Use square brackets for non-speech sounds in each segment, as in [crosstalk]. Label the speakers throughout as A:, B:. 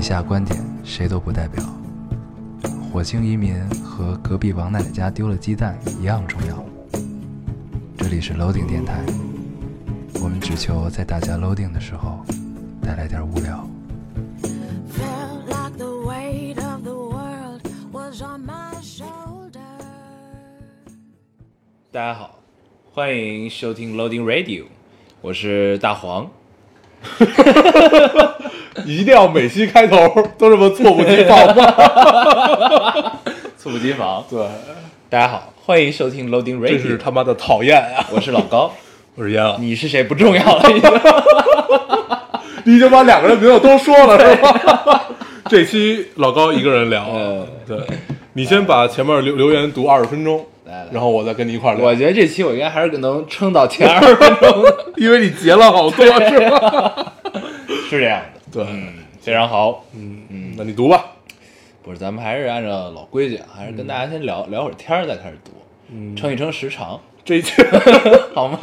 A: 下观点谁都不代表。火星移民和隔壁王奶奶家丢了鸡蛋一样重要。这里是 Loading 电台，我们只求在大家 Loading 的时候带来点无聊。
B: Felt like the weight of the world was on my shoulders.
C: 大家好，欢迎收听 Loading Radio，我是大黄。
D: 一定要每期开头都这么猝不及防 [laughs] 吗？
C: 猝不及防。
D: 对，
C: 大家好，欢迎收听 Loading
D: 这是
C: Radio，
D: 他妈的讨厌啊！
C: 我是老
D: [laughs]
C: 高，
D: 我是烟啊，
C: 你是谁不重
D: [laughs]
C: 要了。
D: 你已经把两个人名字都说了是吧？ [laughs] 这期老高一个人聊
C: 嗯
D: 啊，对，你先把前面留留言读二十分钟
C: 来来，
D: 然后我再跟你一块儿
C: 我
D: 聊，
C: 觉得这期我应该还是能撑到前二十分钟
D: [laughs]
C: 的，
D: 因为你截了好多是吧？
C: 是这样的。
D: [laughs] 对，
C: 嗯，非常好。
D: 嗯，那你读吧。
C: 不是，咱们还是按照老规矩啊，还是跟大家先聊、聊会儿天儿，再开始读，
D: 嗯
C: 撑一撑时
D: [laughs]
C: 长，
D: 这一期
C: 好吗？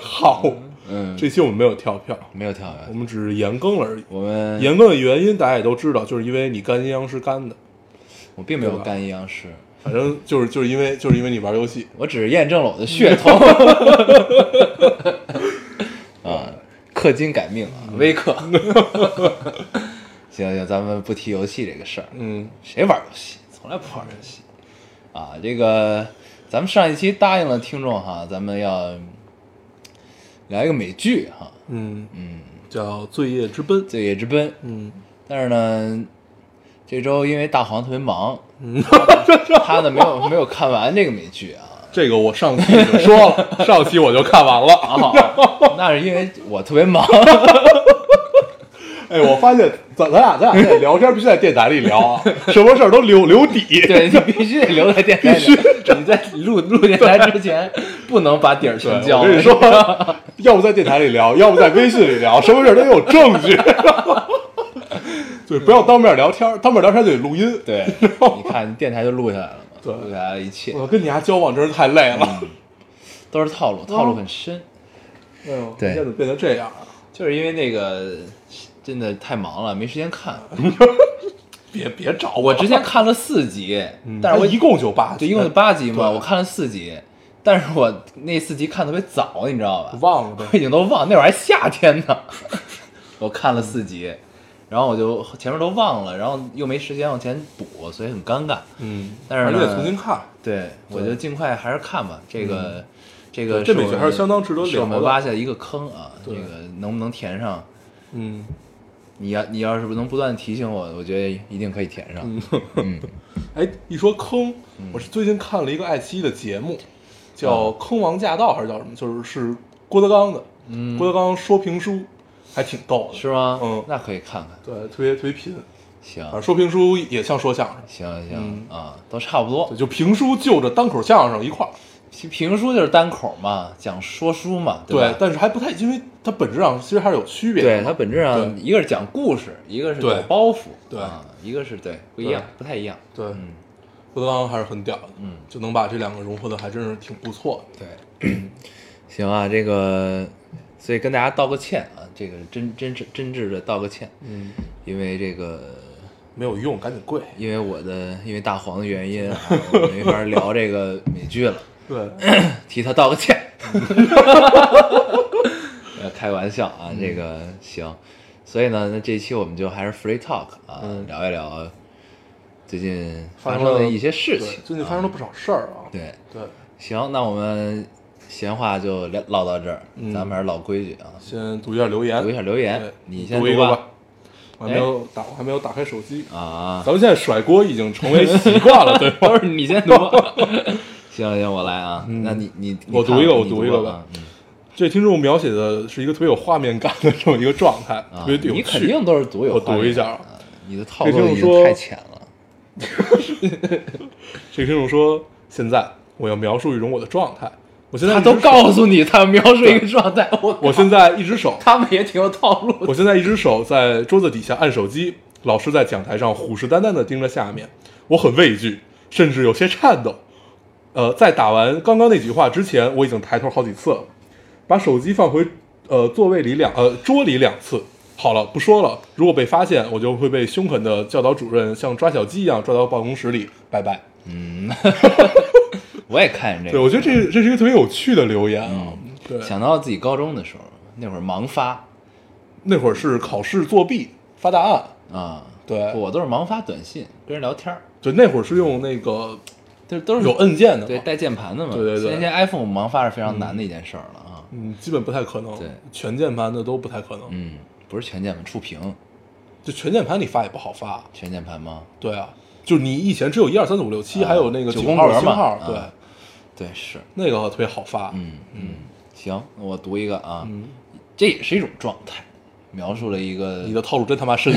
D: 好，
C: 嗯，
D: 这期我们没有跳票，
C: 没有跳
D: 我
C: 跃，
D: 们只是延更了而已。
C: 我们
D: 延更的原因大家也都知道，就是因为你干阴阳师干的，
C: 我并没有
D: 对吧
C: 干阴阳师，
D: 反正就是就是因为就是因为你玩游戏，
C: 我只是验证了我的血统。啊，氪金改命啊，微氪。 [laughs] 行行，咱们不提游戏这个事儿，
D: 嗯，
C: 谁玩游戏？从来不玩游戏。啊，这个咱们上一期答应了听众哈，咱们要聊一个美剧哈，
D: 嗯，嗯，叫《罪业之奔》。
C: 《罪业之奔》。
D: 嗯，
C: 但是呢，这周因为大黄特别忙，他呢没有没有看完这个美剧啊。
D: [laughs] 这个我上期已经说 [laughs] 了，上期我就看完了。
C: 哦，那是因为我特别忙，
D: 哎，我发现咱咱俩咱俩现在聊天必须在电台里聊 [laughs] 啊，什么事儿都留留底。
C: [laughs] 对你必须得留在电台里。你在录录电台之前，不能把底儿
D: 对，
C: 全交。
D: 我跟你说，要不在电台里聊，要不在微信里聊，什么事儿都有证据。 [laughs] 对，不要当面聊天，当面聊天就得录音。 [laughs]
C: 对，你看电台就录下来了嘛，
D: 对
C: 录下来了一切
D: 我跟你家交往真是太累了。
C: 都是套路，套路很深，
D: 哎呦，
C: 对
D: 你怎么变成这样啊？
C: 就是因为那个真的太忙了，没时间看。
D: 别别找
C: 我之前看了四集，但是我
D: 嗯一共就八呃集，
C: 对一共有八集嘛，
D: 对
C: 我看了四集，但是我那四集看得特别早，你知道吧？
D: 忘了呗
C: 我 [laughs] 已经都忘，那会儿还夏天呢， [laughs] 我看了四集，然后我就前面都忘了，然后又没时间往前补，所以很尴尬。
D: 嗯，
C: 但是
D: 而且
C: 呢
D: 重新看。
C: 对，我就尽快还是看吧，这个这个
D: 对这
C: 是
D: 美
C: 我
D: 剧还
C: 们
D: 是相当值得
C: 是我
D: 聊
C: 们
D: 的
C: 挖下一个坑啊，这
D: 对
C: 个能不能填上？
D: 嗯，
C: 你要你要是不能不断地提醒我，我觉得一定可以填上。
D: [laughs]
C: 嗯，
D: 哎，一说坑，我是最近看了一个爱奇艺的节目，叫《坑王驾到》还是叫什么？就是是郭德纲的，郭德纲说评书，还挺逗的，
C: 嗯是啊吗？
D: 嗯
C: 那可以看看。
D: 对，特别特别贫，
C: 行
D: 反正说评书也像说相声，
C: 行行啊，都差不多
D: 嗯对，。就评书就着单口相声一块儿，
C: 评评书就是单口嘛，讲说书嘛，
D: 对，
C: 吧？
D: 但是还不太，因为它本质上其实还是有区别的，
C: 对，它本质上
D: 对
C: 一个是讲故事，一个是
D: 对
C: 有包袱，
D: 对
C: 啊，一个是对不一样，不太一样。
D: 对，
C: 嗯，
D: 郭德纲还是很屌的，
C: 嗯，
D: 就能把这两个融合的还真是挺不错的，
C: 对，行啊，这个，所以跟大家道个歉啊，这个真真挚真挚的道个歉，
D: 嗯，
C: 因为这个，
D: 没有用，赶紧跪，
C: 因为我的，因为大黄的原因啊，我没法聊这个美剧了，
D: 对，
C: 替他道个歉。 [laughs] 呃，开玩笑啊，
D: 嗯
C: 这个行，所以呢，那这一期我们就还是 free talk 啊，
D: 嗯
C: 聊一聊最近 [laughs]
D: 发
C: 发生
D: 生了
C: 的一些事
D: 对
C: 情。
D: 最近发生了不少事儿啊，
C: 对，
D: 对。
C: 行，那我们闲话就聊唠到这儿，
D: 嗯
C: 咱们还是老规矩啊，
D: 先读一下留言，
C: 读一下留言
D: 对，
C: 你先
D: 读一
C: 吧。
D: 个
C: 哎
D: 吧。我还没有打，我还没有打开手机。 [laughs]
C: 啊，
D: 咱们现在甩锅已经成为习惯
C: [laughs]
D: 了，对吧？
C: 都是你先读吧。行行，我来啊，那你你你
D: 嗯我
C: 看
D: 读一个
C: 吧
D: 我
C: 你
D: 读
C: 读
D: 一个吧
C: 啊嗯
D: 这听众描写的是一个特别有画面感的这么一个状态，
C: 啊
D: 特别有趣。
C: 你肯定都是读有
D: 我
C: 画
D: 读一
C: 面
D: 下
C: 感
D: 啊
C: 的，你的套
D: 这
C: 路
D: 就是
C: 已经
D: 说
C: 太浅了。
D: 这个听众说：“现在我要描述一种我的状态，我现在
C: 他
D: 一只
C: 都
D: 手，
C: 告诉你他描述一个状态，我
D: 我现在一只手，
C: 他们也挺有套路的。
D: 我现在一只手在桌子底下按手机，老师在讲台上虎视眈眈地盯着下面，我很畏惧，甚至有些颤抖。呃，在打完刚刚那句话之前，我已经抬头好几次了，把手机放回呃座位里两呃桌里两次，好了，不说了。如果被发现，我就会被凶狠的教导主任像抓小鸡一样抓到办公室里，拜拜。
C: 我也看见这个，
D: 对，我觉得这这是一个特别有趣的留言啊。对，
C: 想到自己高中的时候，那会儿盲发
D: 那会儿是考试作弊发大案，
C: 啊，
D: 对
C: 我都是盲发短信跟人聊天儿，
D: 对，那会儿是用那个
C: 都都是
D: 有摁键的嘛，
C: 嗯
D: 啊
C: 对带键盘的嘛，
D: 对对对
C: 现在 iPhone 盲发是非常难的一件事儿了啊，
D: 嗯，基本不太可能，
C: 对
D: 全键盘的都不太可能，
C: 嗯，不是全键盘触屏，
D: 就全键盘你发也不好发，
C: 全键盘吗？
D: 对啊，就是你以前只有一二三四五六七，还有那个
C: 啊九
D: 九
C: 宫
D: 号
C: 格
D: 星
C: 嘛
D: 号
C: 啊，
D: 对，
C: 对，是，
D: 那个特别好发，
C: 嗯嗯，行，我读一个啊，
D: 嗯
C: 这也是一种状态，描述了一个
D: 你的套路真他妈深，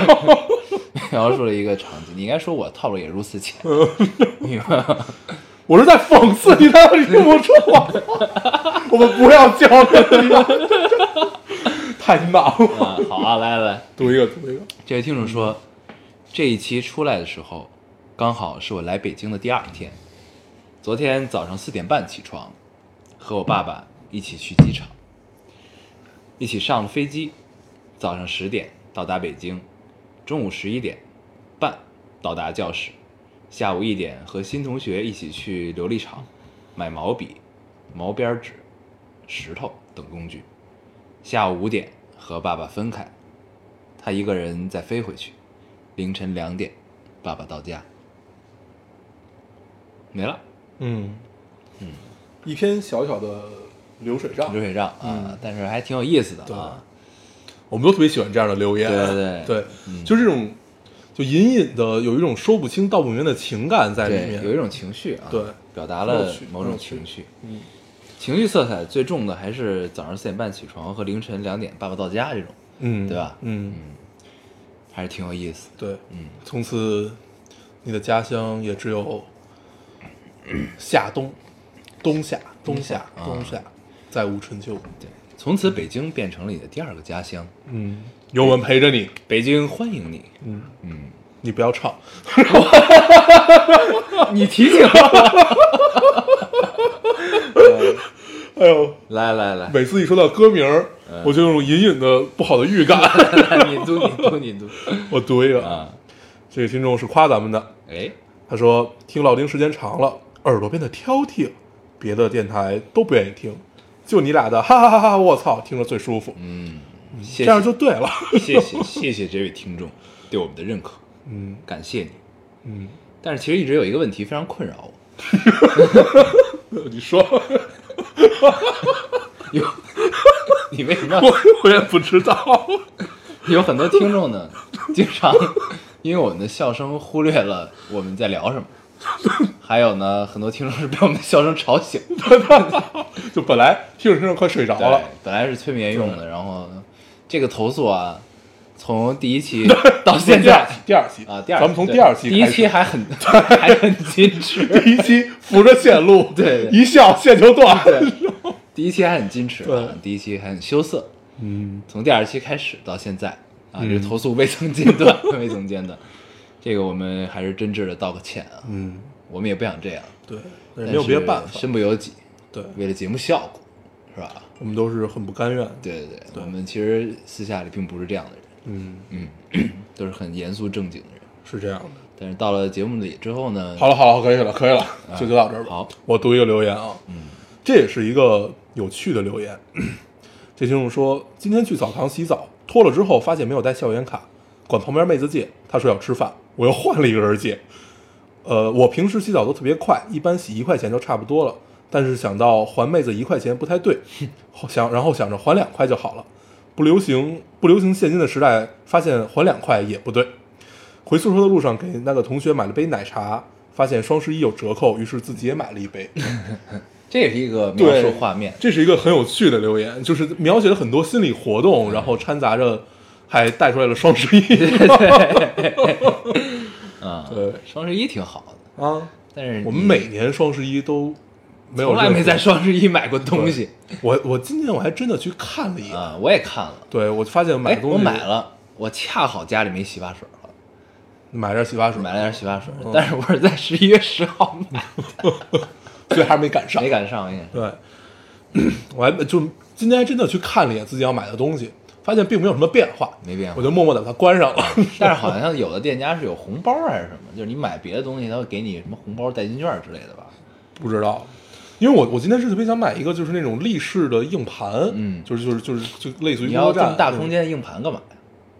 C: [laughs]
D: [laughs]
C: 描述了一个场景，你应该说我套路也如此
D: [laughs]
C: 浅，明白吗？
D: 我是在讽刺你，难
C: [laughs]
D: 道你听不出来？我们不要交流，太闹了，
C: 啊，好啊，来来来，
D: 读一个，读一个，
C: 这位听众说，这一期出来的时候，刚好是我来北京的第二天。昨天早上四点半起床，和我爸爸一起去机场，一起上了飞机。早上十点到达北京，中午十一点半到达教室，下午一点和新同学一起去琉璃厂买毛笔、毛边纸、石头等工具。下午五点和爸爸分开，他一个人再飞回去。凌晨两点，爸爸到家，没了。
D: 嗯嗯，一篇小小的流水账
C: 流，水账啊、但是还挺有意思的啊。
D: 我们都特别喜欢这样的留言，啊
C: 对对嗯对
D: 就这种，就隐隐的有一种说不清道不明的情感在里
C: 对，有一
D: 面。
C: 种情绪啊，
D: 对
C: 表达
D: 很
C: 了
D: 有趣
C: 某
D: 很
C: 种
D: 有趣
C: 情绪。
D: 嗯，
C: 情绪色彩最重的还是早上四点半起床和凌晨两点爸爸到家这种，
D: 嗯，
C: 对吧
D: 嗯，
C: 还是挺有意思的。
D: 对，嗯，从此你的家乡也只有夏冬、冬夏、冬夏、
C: 啊
D: 冬夏，再无春秋。
C: 对，从此北京变成了你的第二个家乡，
D: 嗯，有我们陪着你，
C: 北京欢迎你。
D: 你不要唱，
C: [laughs] 你提醒我，
D: 哎呦，
C: [laughs] 来来来，
D: 每次一说到歌名儿，
C: 嗯
D: 我就有种隐隐的不好的
C: [laughs]
D: 预感。
C: 你读你读你读
D: 我读一
C: [laughs]
D: 个，
C: 啊，
D: 这个听众是夸咱们的，
C: 哎，
D: 他说听老丁时间长了，耳朵变得挑剔，别的电台都不愿意听，就你俩的哈哈哈哈，我操，听着最舒服，
C: 嗯，谢谢
D: 这样就对了。
C: 谢谢谢谢这位听众对我们的认可，
D: 嗯
C: 感谢你。
D: 嗯，
C: 但是其实一直有一个问题非常困扰我， [laughs]
D: 你说，
C: 你为什么要
D: 我我也不知
C: [laughs]
D: 道。
C: 有很多听众呢，经常因为我们的笑声忽略了我们在聊什么。还有呢，很多听众是被我们的笑声吵醒。
D: 就本来听着听着快睡着
C: 对
D: 了，，
C: 本来是催眠用的，然后这个投诉啊，从第一期到现
D: 第二
C: 在
D: 期，第二期
C: 啊，第二
D: 咱们从
C: 对
D: 第二期
C: 第一
D: 开始，
C: 期还很 [laughs] 还很矜持，
D: 第一期扶着线路，
C: 对对
D: 一笑线就断。
C: 对，第一期还很矜持啊
D: 对，
C: 第一期还很羞涩，
D: 嗯，
C: 从第二期开始到现在啊，这个投诉未曾间
D: [laughs]
C: 断，未曾间断。这个我们还是真挚的道个歉啊，
D: 嗯，
C: 我们也不想这样，
D: 对，但是没有别的办
C: 但是
D: 法。
C: 身不由己，
D: 对，
C: 为了节目效果，是吧？
D: 我们都是很不甘愿。
C: 对对对，我们其实私下里并不是这样的人，
D: 嗯，
C: [clears throat] 都是很严肃正经的人。
D: 是这样的。
C: 但是到了节目里之后呢，
D: 好了，好了，可以了，可以了，
C: 啊
D: 就就到这儿吧。
C: 好，
D: 我读一个留言啊，嗯，这也是一个有趣的留言。这听众说，今天去澡堂洗澡，脱了之后发现没有带校园卡，管旁边妹子借，她说要吃饭，我又换了一个人借。呃，我平时洗澡都特别快，一般洗一块钱就差不多了，但是想到还妹子一块钱不太对，后想然后想着还两块就好了。不流行不流行现金的时代，发现还两块也不对。回宿舍的路上给那个同学买了杯奶茶，发现双十一有折扣，于是自己也买了一杯。
C: 这也是一个描述画
D: [laughs]
C: 面，
D: 这是一个很有趣的留言，就是描写了很多心理活动，然后掺杂着还带出来了双十一。
C: [laughs]
D: [laughs]
C: 啊，
D: 对
C: 双十一挺好的，
D: 啊，
C: 但是
D: 我们每年双十一都没有
C: 从来
D: 任何
C: 没在双十一买过东西
D: 我我今年我还真的去看了一眼，
C: 啊，我也看了，
D: 对我发现买
C: 哎
D: 的，东西
C: 我买了，我恰好家里没洗发水了。
D: 买点洗发水，
C: 买了点洗发水，
D: 嗯
C: 但是我是在十一月十号买，
D: [laughs] 所以还是没赶上
C: 没。赶上，应该是
D: [coughs] 对，我还就今天还真的去看了一眼自己要买的东西，发现并没有什么变化，
C: 没变化
D: 我就默默地把它关上了。
C: 但是好像有的店家是有红包还是什么，就是你买别的东西，他会给你什么红包代金券之类的吧？
D: 不知道，因为我我今天是特别想买一个就是那种立式的硬盘，
C: 嗯
D: 就是就是就是就类似于
C: 你要
D: 锅
C: 这么
D: 站
C: 大空间的硬盘干嘛呀？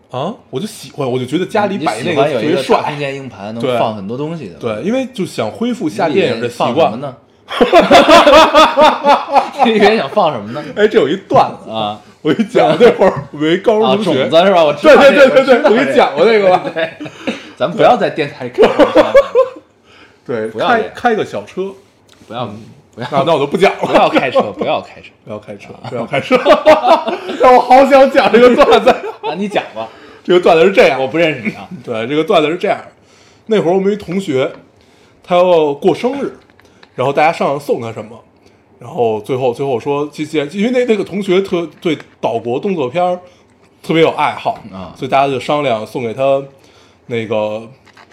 D: 啊，我就喜欢，我就觉得家里
C: 你
D: 摆
C: 喜
D: 那
C: 欢
D: 个
C: 有
D: 特
C: 一
D: 别
C: 个大空
D: 帅，
C: 间硬盘能
D: 对
C: 放很多东西的，
D: 对，因为就想恢复
C: 你
D: 下
C: 里
D: 电
C: 面
D: 影的习
C: 放什么
D: 惯。
C: 呢？ [laughs] 你里面想放什么呢？
D: 哎，这有一段子，
C: 啊
D: 我跟你讲，那会儿我一高
C: 啊，
D: 中
C: 种
D: 同学，
C: 子是吧？我知道
D: 对对
C: 这个
D: 对对对，
C: 知道这个
D: 我跟你讲过那个吧？
C: [laughs] 对，咱们不要在电台里开玩笑了，
D: 对，
C: 不要
D: 开
C: 脸
D: 开个小车，啊
C: 不要不要
D: 那那我就不讲
C: 不
D: 了，
C: 要开车，不要开车
D: 不要开车，不要开车， [laughs] 让我好想讲这个段
C: [laughs]
D: 子。
C: 啊！你讲吧，
D: 这个段子是这样，
C: 我不认识你啊。
D: [laughs] 对，这个段子是这样，那会儿我们有一同学，他要过生日，然后大家商量送他什么，然后最后最后说，这些，因为那那个同学特对岛国动作片儿特别有爱好
C: 啊
D: 所以大家就商量送给他那个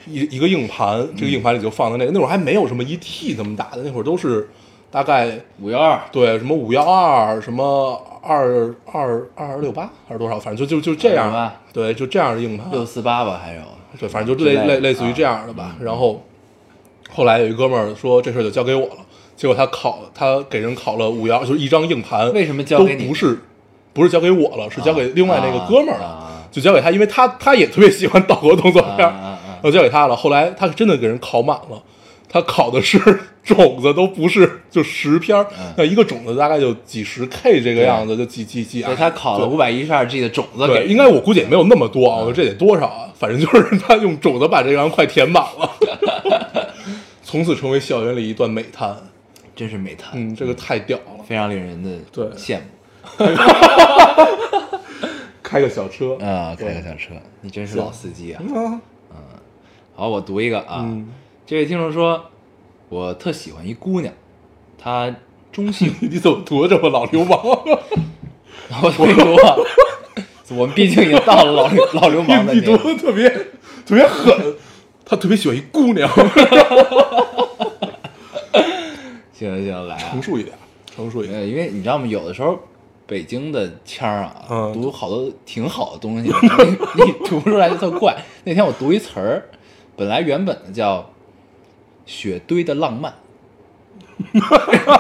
D: 一一个硬盘，这个硬盘里就放的那个，那会儿还没有什么 ET 那么大的，那会儿都是大概
C: 五幺二
D: 对什么五幺二什么二二二六八还是多少，反正就就就这样
C: 268，
D: 对，就这样的硬盘，
C: 六四八吧，还有
D: 对，反正就
C: 之
D: 类
C: 类的啊嗯
D: 类类似于这样的吧。然后后来有一哥们儿说这事儿就交给我了，结果他考他给人考了五幺，就是一张硬盘，
C: 为什么交给你
D: 都不是不是交给我了，是交给另外那个哥们儿了，
C: 啊
D: 就交给他，因为他他也特别喜欢岛国动作片儿，
C: 啊啊啊
D: 然后交给他了。后来他真的给人考满了。他考的是 [laughs] 种子，都不是就十篇儿
C: 嗯，
D: 那、一个种子大概就几十 K 这个
C: 对
D: 样子，就几几几啊。
C: 对他考了
D: 对
C: 五百一十二 G 的种子
D: 对，
C: 给
D: 应该我估计也没有那么多啊，我说这得多少啊？反正就是 [laughs] 他用种子把这张快填满了， [laughs] 从此成为校园里一段美谈。
C: 真是美谈，
D: 嗯，这个太屌了，
C: 非常令人的
D: 对
C: 羡慕。
D: 开个小车
C: 啊，开个小车，你真是老司机啊！
D: 啊，
C: 好，我读一个啊。
D: 嗯，，
C: 这位听众说，我特喜欢一姑娘，她中性
D: 你怎么读得这么老流氓？啊
C: [laughs] 我没读啊。
D: [laughs]
C: 我们毕竟已经到了老流老流氓的
D: 你你
C: 年
D: 读
C: 龄，
D: 的特别特别狠，他特别喜欢一
C: [laughs]
D: 姑娘，
C: 行行行，来啊
D: 成！熟一点，成熟一点。
C: 呃，因为你知道吗？有的时候北京的腔儿啊，
D: 嗯
C: 读好多挺好的东西，啊 [laughs] 你你读出来就特怪。那天我读一词儿，本来原本的叫“雪堆的浪
D: [laughs]
C: 漫”，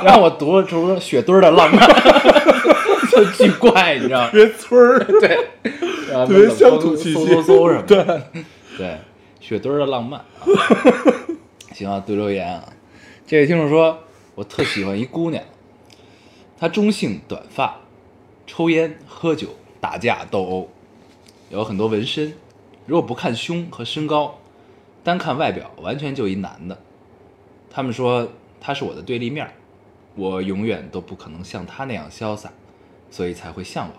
C: 然后我读了出“雪堆儿的浪漫”， [laughs] 就巨怪，你知道吗
D: 特？别村儿，对
C: 特
D: 别乡土气息
C: 嗖嗖嗖什么的。
D: 对嗯
C: 对，雪堆儿的浪漫啊。 [laughs] 行啊，读留言啊。这位听众说，我特喜欢一姑娘，她中性短发，抽烟、喝酒、打架、斗殴，有很多纹身。如果不看胸和身高，单看外表，完全就一男的。他们说他是我的对立面儿，我永远都不可能像他那样潇洒，所以才会向往。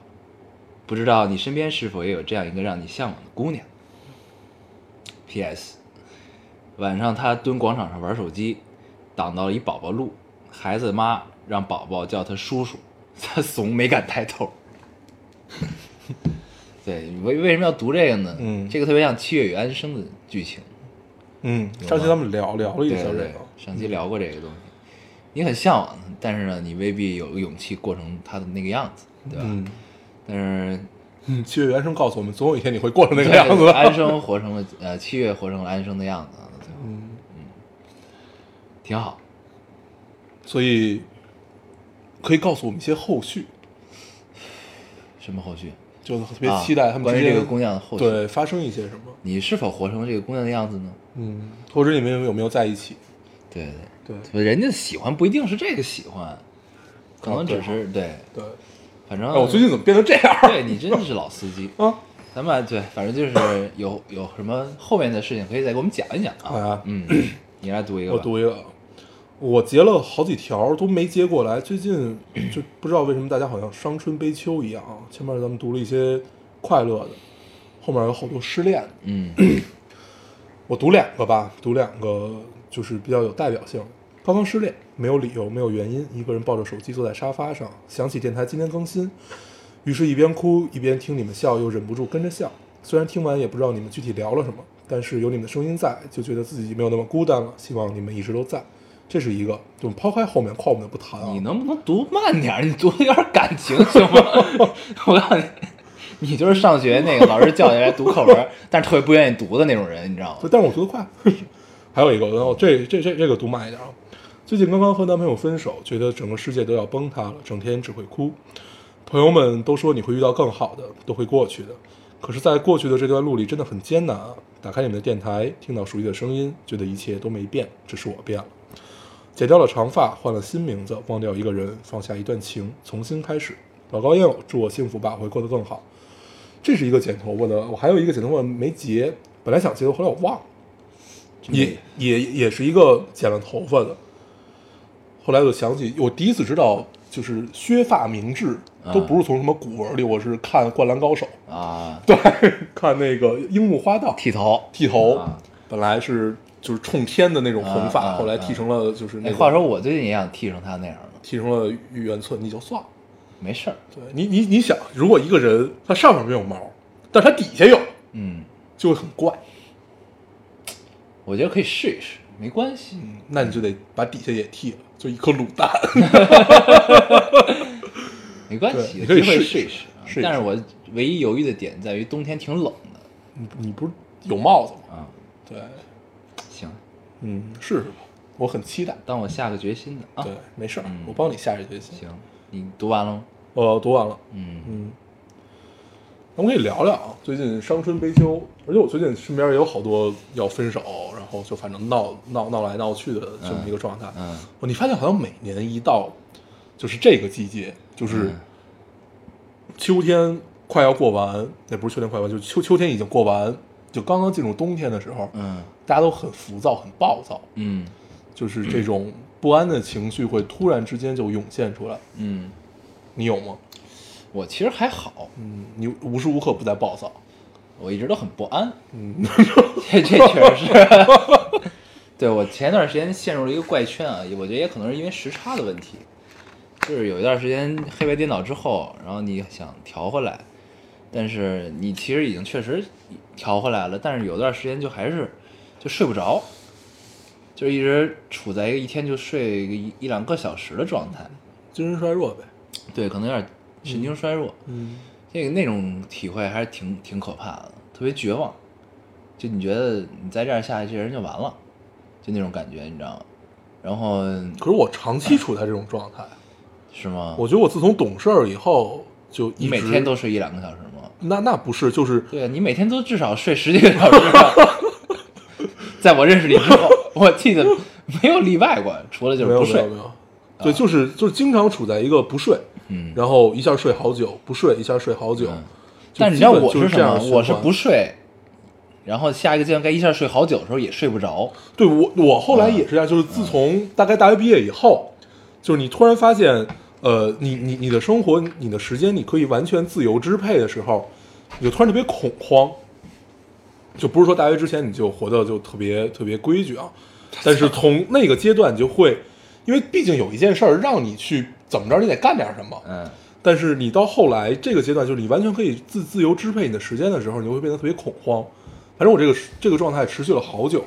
C: 不知道你身边是否也有这样一个让你向往的姑娘？P.S. 晚上她蹲广场上玩手机，挡到了一宝宝路，孩子妈让宝宝叫她叔叔，她怂没敢抬头。 [laughs] 对，为为什么要读这个呢？
D: 嗯
C: 这个特别像《七月与安生》的剧情。
D: 嗯，上期咱们聊聊了一
C: 对
D: 下这
C: 对
D: 个
C: 对，，上期聊过这个东西，你很向往，但是呢，你未必有勇气过成他的那个样子，对吧？
D: 嗯
C: 但是
D: 嗯，七月原声告诉我们，总有一天你会过成那个
C: 对
D: 样子的。
C: 安生活成了呃七月活成了安生的样子啊，最后嗯挺好。
D: 所以可以告诉我们一些后续，
C: 什么后续？
D: 就是特别
C: 啊
D: 期待他们
C: 关
D: 之
C: 于这
D: 间
C: 个姑娘的后续，
D: 对发生一些什么，
C: 你是否活成这个姑娘的样子呢？
D: 嗯，或者你们有没有在一起？
C: 对对
D: 对
C: 对，人家喜欢不一定是这个喜欢，可
D: 啊
C: 能
D: 对
C: 只是对，
D: 对，
C: 反正
D: 哎，我最近怎么变成这样
C: 对你真的是老司机。
D: 啊？
C: 咱们啊对，反正就是有有什么后面的事情可以再给我们讲一讲
D: 好
C: 啊。
D: 哎呀，
C: 嗯，你来读一个吧。
D: 我读一个，我截了好几条都没截过来，最近就不知道为什么大家好像伤春悲秋一样啊。前面咱们读了一些快乐的，后面有好多失恋的，
C: 嗯，
D: 我读两个吧，读两个就是比较有代表性。刚刚失恋，没有理由，没有原因，一个人抱着手机坐在沙发上，想起电台今天更新，于是一边哭一边听你们笑，又忍不住跟着笑。虽然听完也不知道你们具体聊了什么，但是有你们的声音在，就觉得自己没有那么孤单了。希望你们一直都在，这是一个。就抛开后面，跨我们不谈啊。 [laughs]
C: 你能不能读慢点儿？你读的有点感情行吗？我告诉你，你就是上学那个老师叫你来读课文， [laughs] 但是特别不愿意读的那种人，你知道吗？
D: 但是我读得快。 [laughs] 还有一个，然后这这这这个读慢一点啊。最近刚刚和男朋友分手，觉得整个世界都要崩塌了，整天只会哭。朋友们都说你会遇到更好的，都会过去的。可是，在过去的这段路里，真的很艰难啊！打开你们的电台，听到熟悉的声音，觉得一切都没变，只是我变了。剪掉了长发，换了新名字，忘掉一个人，放下一段情，重新开始。老高烟友，祝我幸福吧，会过得更好。这是一个剪头发的，我还有一个剪头发没截，本来想截的，后来我忘了。也也也是一个剪了头发的。后来我就想起，我第一次知道，就是削发明志，都不是从什么古文里，我是看《灌篮高手》， [laughs]
C: 啊，
D: 对，看那个樱木花道
C: 剃头。
D: 剃头
C: 啊，
D: 本来是就是冲天的那种红
C: 啊啊
D: 发，后来剃成了就是那
C: 哎，
D: 种
C: 话说我最近也想剃成他那样的，
D: 剃成了圆寸，你就算了。
C: 没事儿。
D: 对你你你想，如果一个人他上面没有毛，但是他底下有，
C: 嗯，
D: 就会很怪。
C: 我觉得可以试一试，没关系。
D: 嗯，那你就得把底下也剃了，就一颗卤蛋。
C: 没关
D: 对
C: 系，
D: 你
C: 有
D: 可以
C: 机会
D: 试一
C: 一
D: 试
C: 试啊。
D: 试一
C: 但是
D: 试
C: 我唯一犹豫的点在于冬天挺冷的
D: 你你不是有帽子吗？
C: 啊。
D: 对，
C: 行，
D: 嗯，试试吧，我很期待。
C: 当我下个决心的啊
D: 对。，没事儿
C: 嗯，
D: 我帮你下一决心。
C: 行，你读完了吗？
D: 我读完了，
C: 嗯
D: 嗯，那我跟你聊聊啊，最近伤春悲秋，而且我最近身边也有好多要分手，然后就反正闹闹闹来闹去的这么一个状态。
C: 嗯
D: 哦，你发现好像每年一到就是这个季节，就是
C: 嗯
D: 秋天快要过完，也不是秋天快完，就是秋秋天已经过完，就刚刚进入冬天的时候，
C: 嗯
D: 大家都很浮躁、很暴躁，
C: 嗯
D: 就是这种不安的情绪会突然之间就涌现出来。
C: 嗯，
D: 你有吗？
C: 我其实还好，
D: 嗯，你无时无刻不在暴躁。
C: 我一直都很不安。
D: 嗯，
C: 这这确实是。 [laughs] 对我前段时间陷入了一个怪圈啊，我觉得也可能是因为时差的问题，就是有一段时间黑白颠倒之后，然后你想调回来，但是你其实已经确实调回来了，但是有段时间就还是就睡不着，就一直处在一个一天就睡个一一两个小时的状态，
D: 精神衰弱呗。
C: 对，可能有点神经衰弱，
D: 嗯，
C: 这个那种体会还是挺挺可怕的，特别绝望。就你觉得你在这儿下去，这人就完了，就那种感觉，你知道吗？然后
D: 可是我长期处在这种状态，
C: 是吗？
D: 我觉得我自从懂事儿以后就一
C: 你
D: 直
C: 每天都睡一两个小时吗？
D: 那那不是就是
C: 对啊，你每天都至少睡十几个小时吧。 [laughs] 在我认识你之后，我记得没有例外过，除了就是不
D: 没有
C: 睡啊
D: 没有没。有，对，就是就是经常处在一个不睡，
C: 嗯，
D: 然后一下睡好久，不睡一下睡好久。
C: 嗯
D: 就
C: 但你知道
D: 基本
C: 我
D: 就是
C: 什
D: 这样
C: 么
D: 的？循环
C: 我是不睡，然后下一个阶段该一下睡好久的时候也睡不着。
D: 对我我后来也是这样，就是自从大概大学毕业以后，就是你突然发现，呃，你你你的生活、你的时间，你可以完全自由支配的时候，你就突然特别恐慌。就不是说大学之前你就活得就特别特别规矩啊，但是从那个阶段你就会，因为毕竟有一件事儿让你去怎么着，你得干点什么。
C: 嗯，
D: 但是你到后来这个阶段，就是你完全可以自自由支配你的时间的时候，你就会变得特别恐慌。反正我这个这个状态持续了好久，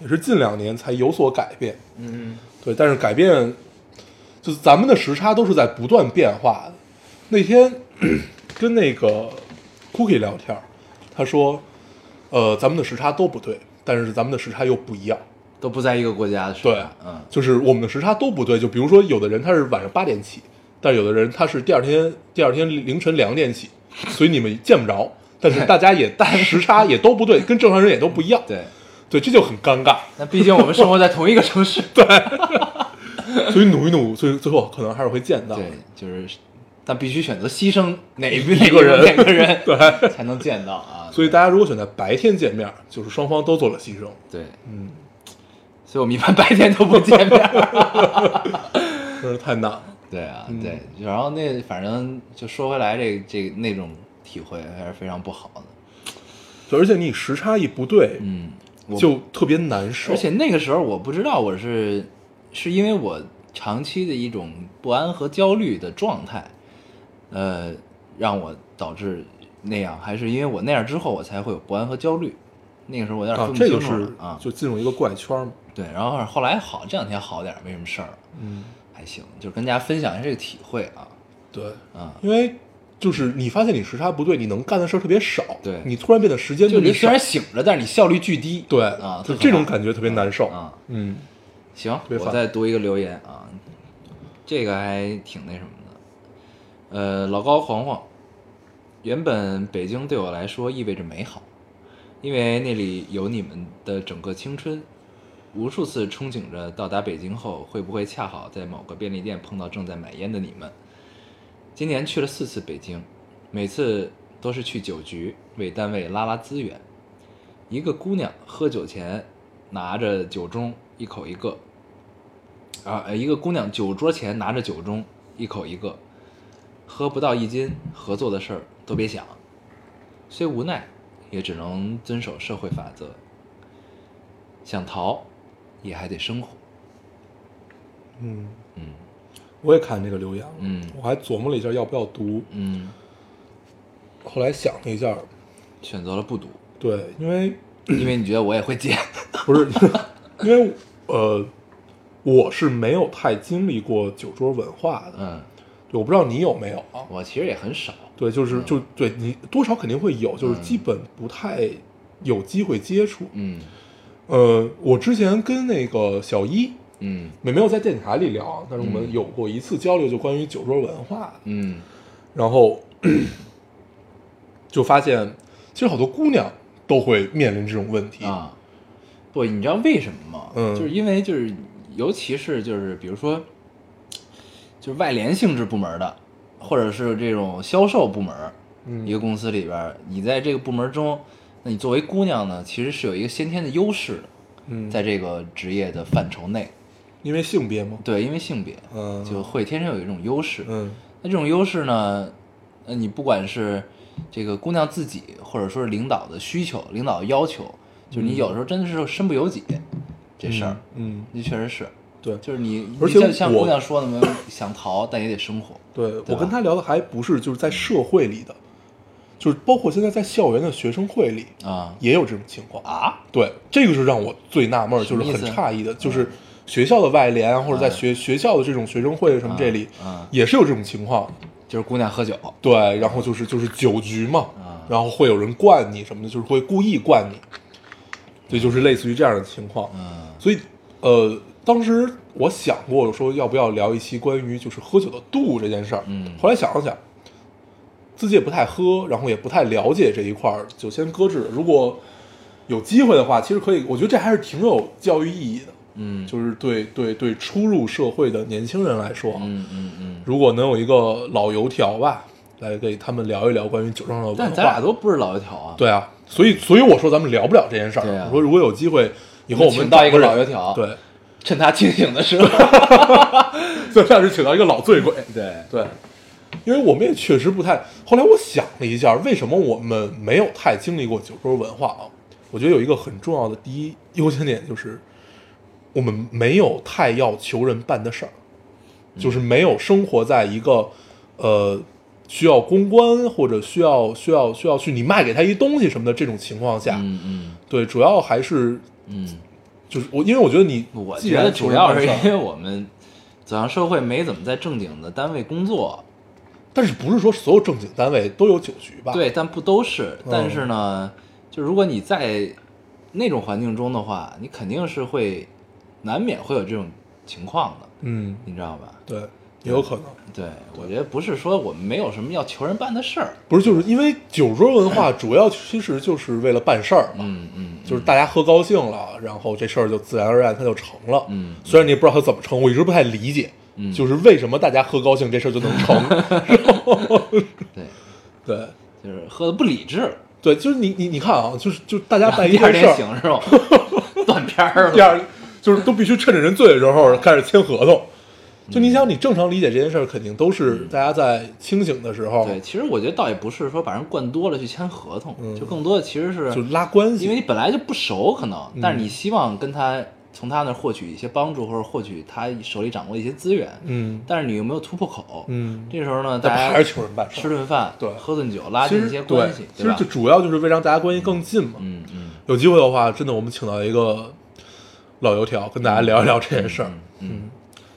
D: 也是近两年才有所改变。嗯，对，但是改变就是咱们的时差都是在不断变化的。那天 [coughs] 跟那个 Cookie 聊天儿，他说，呃，咱们的时差都不对，但是咱们的时差又不一样。
C: 都不在一个国家的时候。
D: 对，
C: 嗯，
D: 就是我们的时差都不对。就比如说，有的人他是晚上八点起，但有的人他是第二天第二天凌晨两点起，所以你们见不着。但是大家也但时差也都不对，跟正常人也都不一样。
C: 对。
D: 对，这就很尴尬。
C: 那毕竟我们生活在同一个城
D: [laughs]
C: 市，对
D: 所以努一努，最最后可能还是会见到。
C: 就是，但必须选择牺牲哪 [laughs] 一哪
D: 一个人
C: 哪个 [laughs] 人
D: 对
C: 才能见到啊？
D: [laughs] 所以大家如果选在白天见面，就是双方都做了牺牲。
C: 对，
D: 嗯，
C: 所以我们一般白天都不见 [laughs] 面。
D: 真是太难了。
C: 对啊，对，然后那反正就说回来，这这那种体会还是非常不好的。
D: 对，而且你时差一不对，
C: 嗯，我
D: 就特别难受。
C: 而且那个时候我不知道我是是因为我长期的一种不安和焦虑的状态，呃，让我导致那样，还是因为我那样之后我才会有不安和焦虑。那个时候我有点
D: 啊
C: 分，不
D: 这就
C: 清楚
D: 是
C: 了啊，
D: 就进入一个怪圈嘛。
C: 对，然后后来好，这两天好点儿，没什么事儿，
D: 嗯，
C: 还行，就跟大家分享一下这个体会啊，
D: 对。
C: 啊，
D: 因为就是你发现你时差不对，你能干的事儿特别少，
C: 对
D: 你突然变得时间
C: 就
D: 特
C: 你
D: 别
C: 虽
D: 少
C: 然，醒着，但是你效率巨低。
D: 对
C: 啊，
D: 就
C: 特可怕
D: 这种感觉特别难受。
C: 啊。
D: 嗯，
C: 行，
D: 别
C: 我
D: 烦
C: 再读一个留言啊，这个还挺那什么的。呃，老高黄黄，原本北京对我来说意味着美好，因为那里有你们的整个青春。无数次憧憬着到达北京后，会不会恰好在某个便利店碰到正在买烟的你们。今年去了四次北京，每次都是去酒局为单位拉拉资源。一个姑娘喝酒前拿着酒盅一口一个，啊，呃一个姑娘酒桌前拿着酒盅一口一个，喝不到一斤，合作的事儿都别想。虽无奈，也只能遵守社会法则。想逃，也还得生活。
D: 嗯我也看这个留言了，
C: 嗯
D: 我还琢磨了一下要不要读，
C: 嗯，
D: 后来想了一下，
C: 选择了不赌，
D: 对，
C: [laughs]
D: 因为
C: 因为你觉得我也会戒。
D: 不是，因为呃，我是没有太经历过酒桌文化的，
C: [laughs] 嗯，
D: 对我不知道你有没有啊？
C: 我其实也很少。
D: 对，
C: 嗯
D: 就是就对你多少肯定会有，就是基本不太有机会接触。
C: 嗯
D: 呃，我之前跟那个小一，
C: 嗯
D: 没没有在电台里聊啊，但是我
C: 嗯
D: 们有过一次交流，就关于酒桌文化的，
C: 嗯
D: 然后 [clears throat] 就发现其实好多姑娘都会面临这种问题，
C: 啊，不，你知道为什么吗？
D: 嗯
C: 就是因为就是，尤其是就是比如说，就是外联性质部门的，或者是这种销售部门，
D: 嗯
C: 一个公司里边儿，你在这个部门中，那你作为姑娘呢，其实是有一个先天的优势的，
D: 嗯，
C: 在这个职业的范畴内，
D: 因为性别嘛，
C: 对，因为性别，
D: 嗯
C: 就会天生有一种优势，
D: 嗯
C: 那这种优势呢，呃，你不管是这个姑娘自己，或者说是领导的需求、领导的要求，就是你有时候真的是身不由己，这事儿，
D: 嗯，
C: 这确实是，
D: 对，
C: 就是你，
D: 而
C: 你
D: 且
C: 像像
D: 我
C: 姑娘说的嘛， [laughs] 想逃但也得生活，
D: 对
C: 对
D: 我
C: 吧
D: 跟他聊的还不是就是在社会里的，就是包括现在在校园的学生会里
C: 啊
D: 也有这种情况。
C: 啊，
D: 对，这个是让我最纳闷儿，
C: 什
D: 就
C: 么
D: 是
C: 意
D: 很
C: 思
D: 诧异的，就是学校的外联啊或者在学学校的这种学生会什么这里
C: 嗯
D: 也是有这种情况。
C: 就是姑娘喝酒，
D: 对，然后就是就是酒局嘛
C: 啊，
D: 然后会有人灌你什么的，就是会故意灌你，对，就是类似于这样的情况。
C: 嗯
D: 所以呃，当时我想过，我说要不要聊一期关于就是喝酒的度这件事儿。
C: 嗯
D: 后来想了想，自己也不太喝，然后也不太了解这一块儿，就先搁置了。如果有机会的话，其实可以，我觉得这还是挺有教育意义的，
C: 嗯，
D: 就是对对对初入社会的年轻人来说，
C: 嗯嗯嗯，
D: 如果能有一个老油条吧，来给他们聊一聊关于酒桌上的文化。
C: 但咱俩都不是老油条啊，，
D: 对啊，所以所以我说咱们聊不了这件事儿。
C: 对啊
D: 我说如果有机会，以后我
C: 请
D: 们
C: 到一个
D: 找
C: 老
D: 人
C: 油条
D: 对，
C: 趁他清醒的时候，
D: [laughs] 最后是请到一个老醉鬼。
C: 对，
D: 对，因为我们也确实不太。后来我想了一下，为什么我们没有太经历过酒桌文化啊？我觉得有一个很重要的第一优先点就是，我们没有太要求人办的事儿，
C: 嗯
D: 就是没有生活在一个呃需要公关或者需要需要需要去你卖给他一东西什么的这种情况下。
C: 嗯嗯
D: 对，主要还是
C: 嗯。
D: 就是我，因为我觉得你
C: 我
D: 既
C: 觉
D: 然
C: 得
D: 求
C: 主
D: 人
C: 要
D: 办
C: 是
D: 事
C: 因为
D: 儿
C: 我们走向社会没怎么在正经的单位工作，
D: 但是不是说所有正经单位都有酒局吧？
C: 对，但不都是。
D: 嗯
C: 但是呢，就如果你在那种环境中的话，你肯定是会难免会有这种情况的，
D: 嗯，
C: 你知道吧？
D: 对，也有可能。
C: 对，我觉得不是说我们没有什么要求人办的事儿，
D: 不是，就是因为酒桌文化主要其实就是为了办事儿嘛，
C: 嗯嗯
D: 就是大家喝高兴了，然后这事儿就自然而然它就成了。
C: 嗯，
D: 虽然你也不知道它怎么成，我一直不太理解，
C: 嗯
D: 就是为什么大家喝高兴这事儿就能
C: [laughs]
D: 成？
C: 对，
D: 对
C: 就是喝的不理智，
D: 对，就是你你你看啊，就是就大家办一
C: 第二
D: 件事
C: 天
D: 儿，
C: 醒是吧？
D: [laughs]
C: 断片儿
D: 第
C: 了，
D: 二就是都必须趁着人醉的时候开始签合同。就你想，你正常理解这件事儿，肯定都是大家在清醒的时候，
C: 嗯对，其实我觉得倒也不是说把人灌多了去签合同，
D: 嗯
C: 就更多的其实是
D: 就拉关系，
C: 因为你本来就不熟，可能，
D: 嗯
C: 但是你希望跟他从他那儿获取一些帮助，或者获取他手里掌握的一些资源，
D: 嗯
C: 但是你又没有突破口，
D: 嗯，
C: 这时候呢，大
D: 但
C: 家
D: 还是求人办事儿
C: 吃顿饭，
D: 对
C: 喝顿酒，拉
D: 其
C: 近
D: 实
C: 一些关系，
D: 对
C: 对
D: 其实
C: 吧
D: 就？主要就是为了让大家关系更近嘛。
C: 嗯嗯
D: 有机会的话，真的我们请到一个老油条，跟大家聊一聊这件事儿。
C: 嗯，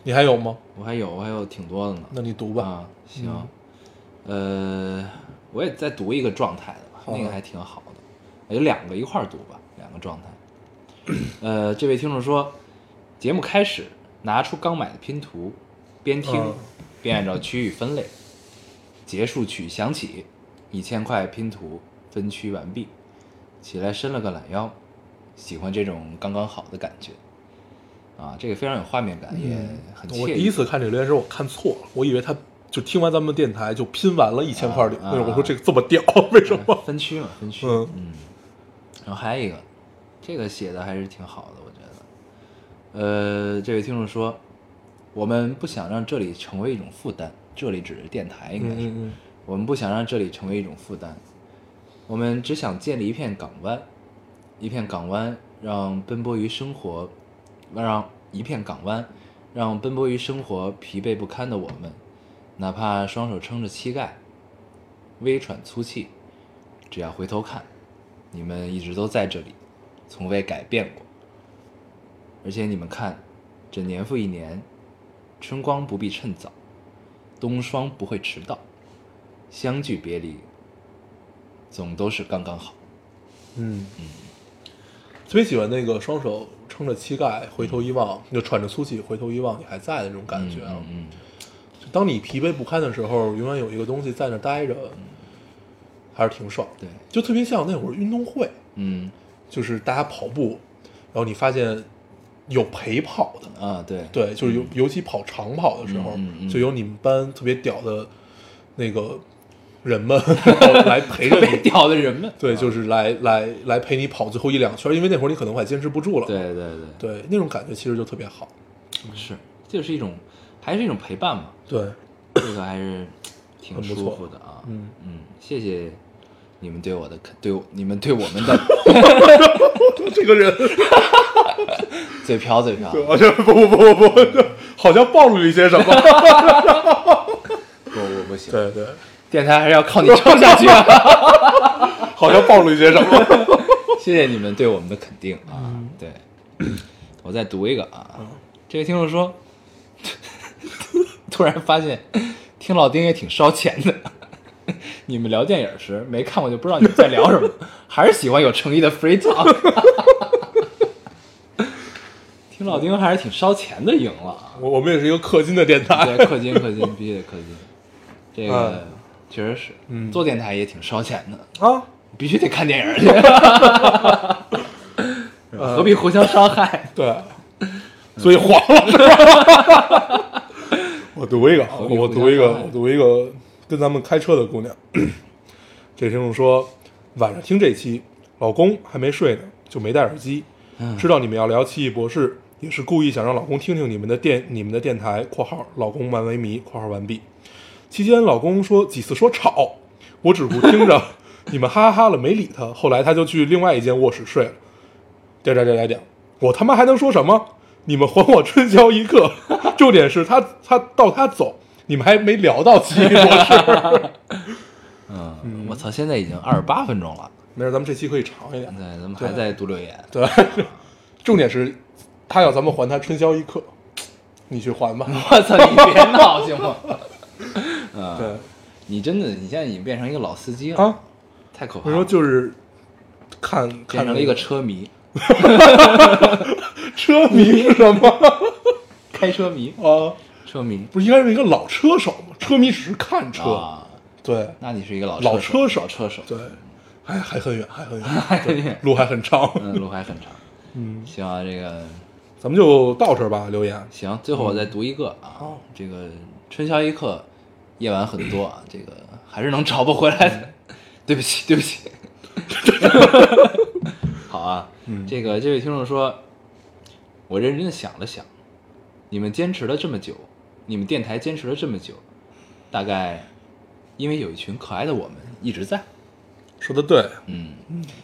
D: 你还有吗？
C: 我还有我还有挺多的呢，
D: 那你读吧。
C: 啊
D: 嗯
C: 啊，行，呃，我也在读一个状态的吧，
D: 好
C: 那个还挺好的，有两个一块儿读吧，两个状态。呃，这位听众说，节目开始拿出刚买的拼图，边听、
D: 嗯
C: 边按照区域分类，结束曲响起，一千块拼图分区完毕，起来伸了个懒腰，喜欢这种刚刚好的感觉。啊，这个非常有画面感，也很惬意。
D: 嗯我第一次看这个留言时，我看错了，我以为他就听完咱们电台就拼完了一千块礼物，
C: 啊
D: 我说这个这么屌，为什么？
C: 分区嘛，分区。
D: 嗯
C: 然后还有一个，这个写的还是挺好的，我觉得。呃，这位听众说，我们不想让这里成为一种负担，这里指着电台应该是，
D: 嗯嗯嗯
C: 我们不想让这里成为一种负担，我们只想建立一片港湾，一片港湾让奔波于生活，让一片港湾让奔波于生活疲惫不堪的我们，哪怕双手撑着膝盖，微喘粗气，只要回头看，你们一直都在这里，从未改变过。而且你们看，这年复一年，春光不必趁早，冬霜不会迟到，相聚别离，总都是刚刚好。
D: 嗯，特别喜欢那个双手撑着膝盖回头一望，就喘着粗气回头一望，你还在的那种感觉啊。
C: 嗯，
D: 就当你疲惫不堪的时候，永远有一个东西在那待着，还是挺爽的。
C: 对，
D: 就特别像那会儿运动会，
C: 嗯
D: 就是大家跑步，然后你发现有陪跑的，
C: 啊，对，
D: 对，就是尤尤其跑长跑的时候，
C: 嗯嗯嗯
D: 就有你们班特别屌的那个人们
C: [laughs]
D: 然后来陪着
C: 特别
D: 你。
C: 屌的人们，
D: 对，就是来来来陪你跑最后一两圈，因为那会儿你可能快坚持不住了。
C: 对对对，
D: 对，那种感觉其实就特别好。
C: 是，这就是一种，还是一种陪伴嘛， [laughs]
D: 对，
C: 这个还是挺
D: 很不
C: 舒
D: 错
C: 服的啊。
D: 嗯
C: 谢谢你们对我的肯，对我你们对我们 [laughs] 的
D: 这个人，
C: 嘴瓢嘴瓢。
D: 好像不不不不不，好像暴露了一些什么。
C: 不不不行，
D: 对对，
C: 电台还是要靠你撑下去啊。
D: 好像暴露了一些什么。
C: 谢谢你们对我们的肯定啊。
D: 嗯
C: 对， [clears throat] 我再读一个啊。这位听众说， [laughs] 突然发现听老丁也挺烧钱的。 [laughs] 你们聊电影时没看过就不知道你们在聊
D: [laughs]
C: 什么，还是喜欢有诚意的 free talk。听老丁还是挺烧钱的，赢了啊。
D: 我我们也是一个氪金的电 [laughs] 台。
C: 对，氪金氪金，必须得氪金。这个
D: 嗯
C: 确实是，
D: 嗯
C: 做电台也挺烧钱的，
D: 啊，
C: 必须得看电影去， [laughs] 呃何必互相伤害？
D: 对，所以黄了。是吧 [laughs] 哦我读一个，
C: 必
D: 我
C: 互
D: 读一个，
C: 相伤害
D: 我读一个，跟咱们开车的姑娘。这听众说，晚上听这期，老公还没睡呢，就没戴耳机。知道你们要聊《奇异博士》，也是故意想让老公听听你们的电你们的电台（括号老公蛮为迷）（括号完毕）。期间，老公说几次说吵，我只顾听着， [laughs] 你们哈哈哈了，没理他。后来他就去另外一间卧室睡了。点点点点点，我他妈还能说什么？你们还我春宵一刻。 [laughs] 重点是他他到他走，你们还没聊到 [laughs] 奇异博士。
C: 嗯，我操，现在已经二十八分钟了，
D: 没事，咱们这期可以长一点
C: 对，。咱们还在读留言，
D: 对， [laughs] 重点是他要咱们还他春宵一刻，你去还吧。
C: [laughs] 我操，你别闹行 [laughs] 吗？
D: 对
C: 嗯你真的，你现在已经变成一个老司机了，
D: 啊，
C: 太可怕
D: 我说
C: 了，
D: 就是看看
C: 变成了一个车迷，
D: [laughs] 车迷是什么
C: [laughs] 开车迷，
D: 啊？
C: 车迷
D: 不是应该是一个老车手吗？车迷只是看车，
C: 啊，
D: 对
C: 那你是一个老
D: 老
C: 车
D: 车
C: 手，
D: 手
C: 老车手，
D: 对，还还很远，还很远， [laughs]
C: 对
D: 路还很长。
C: [laughs] 嗯，路还很长，
D: 嗯，
C: 希望这个
D: 咱们就到这儿吧，留言。
C: 行，最后我再读一个啊，
D: 好
C: 这个春宵一刻，夜晚很多啊，这个还是能找不回来的。 [laughs] 对不起，对不起。 [laughs] 好啊，这个这位听众说，我认真的想了想，你们坚持了这么久，你们电台坚持了这么久，大概因为有一群可爱的我们一直在。
D: 说的对，
C: 嗯，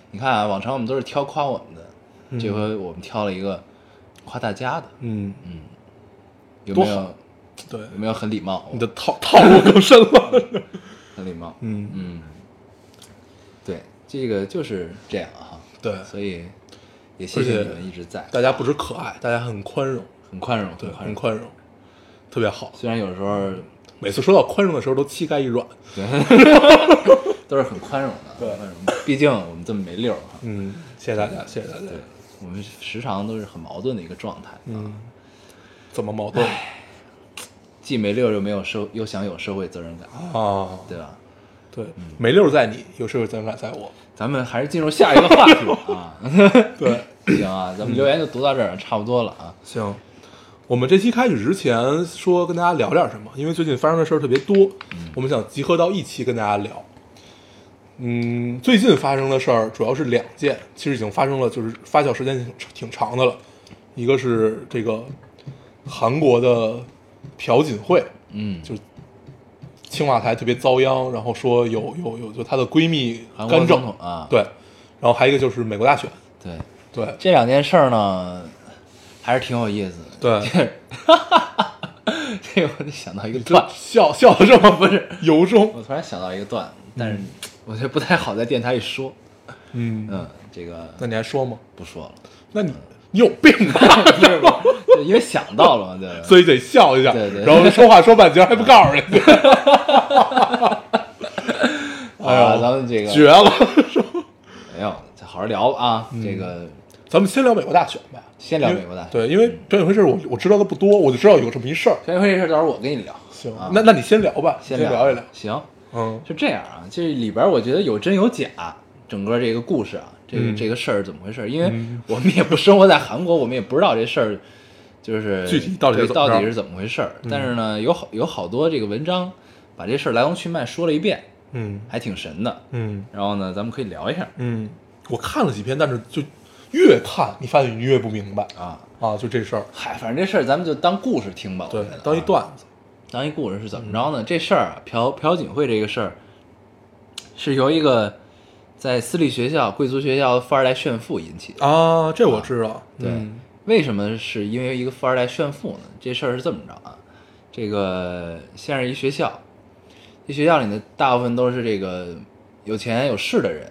C: 你看啊，往常我们都是挑夸我们的，这回我们挑了一个夸大家的，
D: 嗯，
C: 有没
D: 多
C: 有
D: 好？对，
C: 有没有很礼貌？
D: 你的套套路更深了。
C: 很礼貌。
D: 嗯，
C: 嗯，对，这个就是这样啊。
D: [laughs] 对
C: 所以也谢谢你们一直在，
D: 大家不止可爱，大家很宽容，
C: 很宽容，
D: 对，
C: 很宽
D: 很
C: 容。
D: 宽容，特别好。
C: 虽然有时候
D: 每次说到宽容的时候，都膝盖一软。
C: [laughs] 都是很宽容的，
D: 对
C: 很宽容的。毕竟我们这么没溜儿哈，
D: 嗯，谢谢大家，谢谢大家
C: 对。，我们时常都是很矛盾的一个状态，啊
D: 嗯，怎么矛盾
C: 既没溜儿又没有社，又想有社会责任感，
D: 啊？
C: 对吧？
D: 对，没溜儿在你，有时候责任感在我。
C: 咱们还是进入下一个话题啊，
D: [laughs] 对，
C: [laughs] 行啊，咱们留言就读到这儿，差不多了啊。
D: 行，我们这期开始之前说跟大家聊点什么，因为最近发生的事儿特别多，
C: 嗯
D: 我们想集合到一期跟大家聊。嗯，最近发生的事儿主要是两件，其实已经发生了，就是发酵时间挺挺长的了。一个是这个韩国的朴槿惠，
C: 嗯，
D: 就是青瓦台特别遭殃，然后说有有有就她的闺蜜
C: 韩国
D: 干
C: 总
D: 政
C: 统，啊，
D: 对，然后还有一个就是美国大选，
C: 对，
D: 对
C: 这两件事儿呢，还是挺有意思的。
D: 对，
C: [laughs] 这我就想到一个 [laughs]
D: 这
C: 段子，
D: 笑笑的这么不是 [laughs] 由衷，
C: 我突然想到一个段子，但是我觉得不太好在电台里说。
D: 嗯，
C: 嗯，这个
D: 那你还说吗？
C: 不说了， [laughs]
D: 那你你有病吧？
C: 不是不是，就因为想到了嘛，对吧？
D: 所以得笑一下，
C: 对对
D: 然后说话说半截还不告诉人家，哎
C: 好吧啊咱们这个
D: 绝了！
C: 没有，再好好聊吧啊。
D: 嗯
C: 这个
D: 咱们先聊美国大选吧，
C: 先聊
D: 因为
C: 美国大选嗯
D: 对，因为朴槿惠这事儿我我知道的不多，我就知道有这么一事儿。
C: 全运会这事儿，到时候我跟你聊。
D: 行
C: 啊，
D: 那那你先聊吧，
C: 先
D: 先聊一聊
C: 聊。。行，
D: 嗯
C: 是这样啊，这里边我觉得有真有假，整个这个故事啊，这个、
D: 嗯
C: 这个事儿是怎么回事？因为我们也不生活在韩国，我们也不知道这事儿就是
D: 具体到底
C: 对
D: 是怎么
C: 到
D: 着嗯
C: 底是怎么回事儿。但是呢，有好有好多这个文章把这事儿来龙去脉说了一遍，
D: 嗯
C: 还挺神的。
D: 嗯
C: 然后呢，咱们可以聊一下
D: 嗯，我看了几篇，但是就越看你发现你越不明白
C: 啊。
D: 啊，就这事儿，
C: 嗨，反正这事儿咱们就当故事听吧。我
D: 对
C: 觉得啊，
D: 当一段嗯子。
C: 当一故事是怎么着呢？这事儿啊，朴朴槿惠这个事儿，是由一个在私立学校、贵族学校的富二代炫富引起的。
D: 啊，这我知道。
C: 对，
D: 嗯
C: 为什么是因为一个富二代炫富呢？这事儿是这么着啊，这个先是一学校，这学校里呢，大部分都是这个有钱有势的人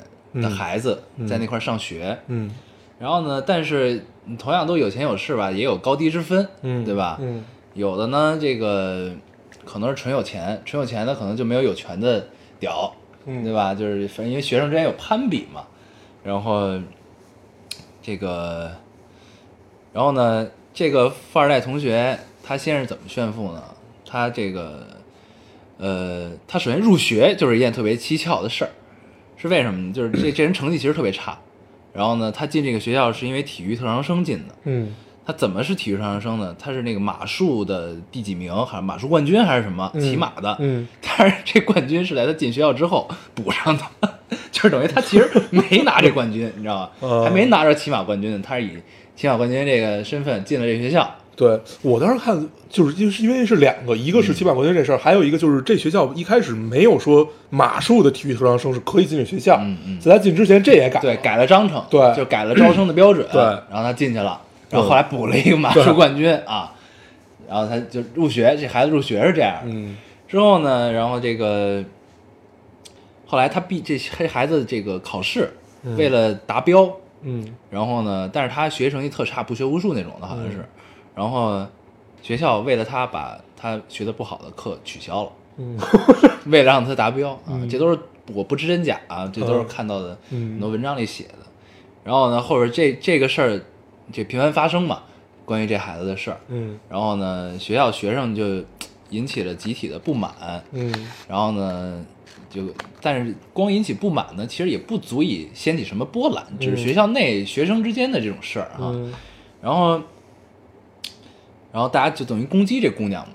C: 的
D: 嗯
C: 孩子在那块儿上学，
D: 嗯
C: 然后呢，但是同样都有钱有势吧，也有高低之分，
D: 嗯，
C: 对吧？
D: 嗯
C: 有的呢，这个可能是纯有钱，纯有钱的可能就没有有权的屌，
D: 嗯
C: 对吧？就是反正因为学生之间有攀比嘛，然后这个，然后呢，这个富二代同学他先是怎么炫富呢？他这个，呃，他首先入学就是一件特别蹊跷的事儿，是为什么呢？就是这这人成绩其实特别差，然后呢，他进这个学校是因为体育特长生进的，
D: 嗯
C: 他怎么是体育特长生呢？他是那个马术的第几名，还是马术冠军，还是什么、骑马的？
D: 嗯，
C: 但是这冠军是在他进学校之后补上的，就是等于他其实没拿这冠军，你知道吗？
D: [laughs] 哦
C: 还没拿着骑马冠军呢，他是以骑马冠军这个身份进了这学校。
D: 对我当时看，就是就是因为是两个，一个是骑马国军这事儿，还有一个就是这学校一开始没有说马术的体育特长生是可以进这学校，
C: 嗯嗯
D: 在他进之前这也改了，
C: 对，改了章程，
D: 对嗯
C: 就改了招生的标准，
D: 对嗯
C: 然后他进去了，然后后来补了一个马术冠军啊，然后他就入学，这孩子入学是这样，
D: 嗯
C: 之后呢，然后这个后来他毕这黑孩子这个考试，为了达标，
D: 嗯
C: 然后呢，但是他学习成绩特差，不学无术那种的，好像
D: 嗯
C: 是，然后学校为了他把他学的不好的课取消了，
D: 嗯
C: 为了让他达标啊，这都是我不知真假啊，这都是
D: 嗯
C: 看到的
D: 嗯
C: 很多文章里写的。然后呢，后边这这个事儿这频繁发生嘛，关于这孩子的事儿，
D: 嗯
C: 然后呢，学校学生就引起了集体的不满，
D: 嗯
C: 然后呢，就但是光引起不满呢，其实也不足以掀起什么波澜，只是学校内学生之间的这种事儿啊。
D: 嗯
C: 然后，然后大家就等于攻击这姑娘嘛。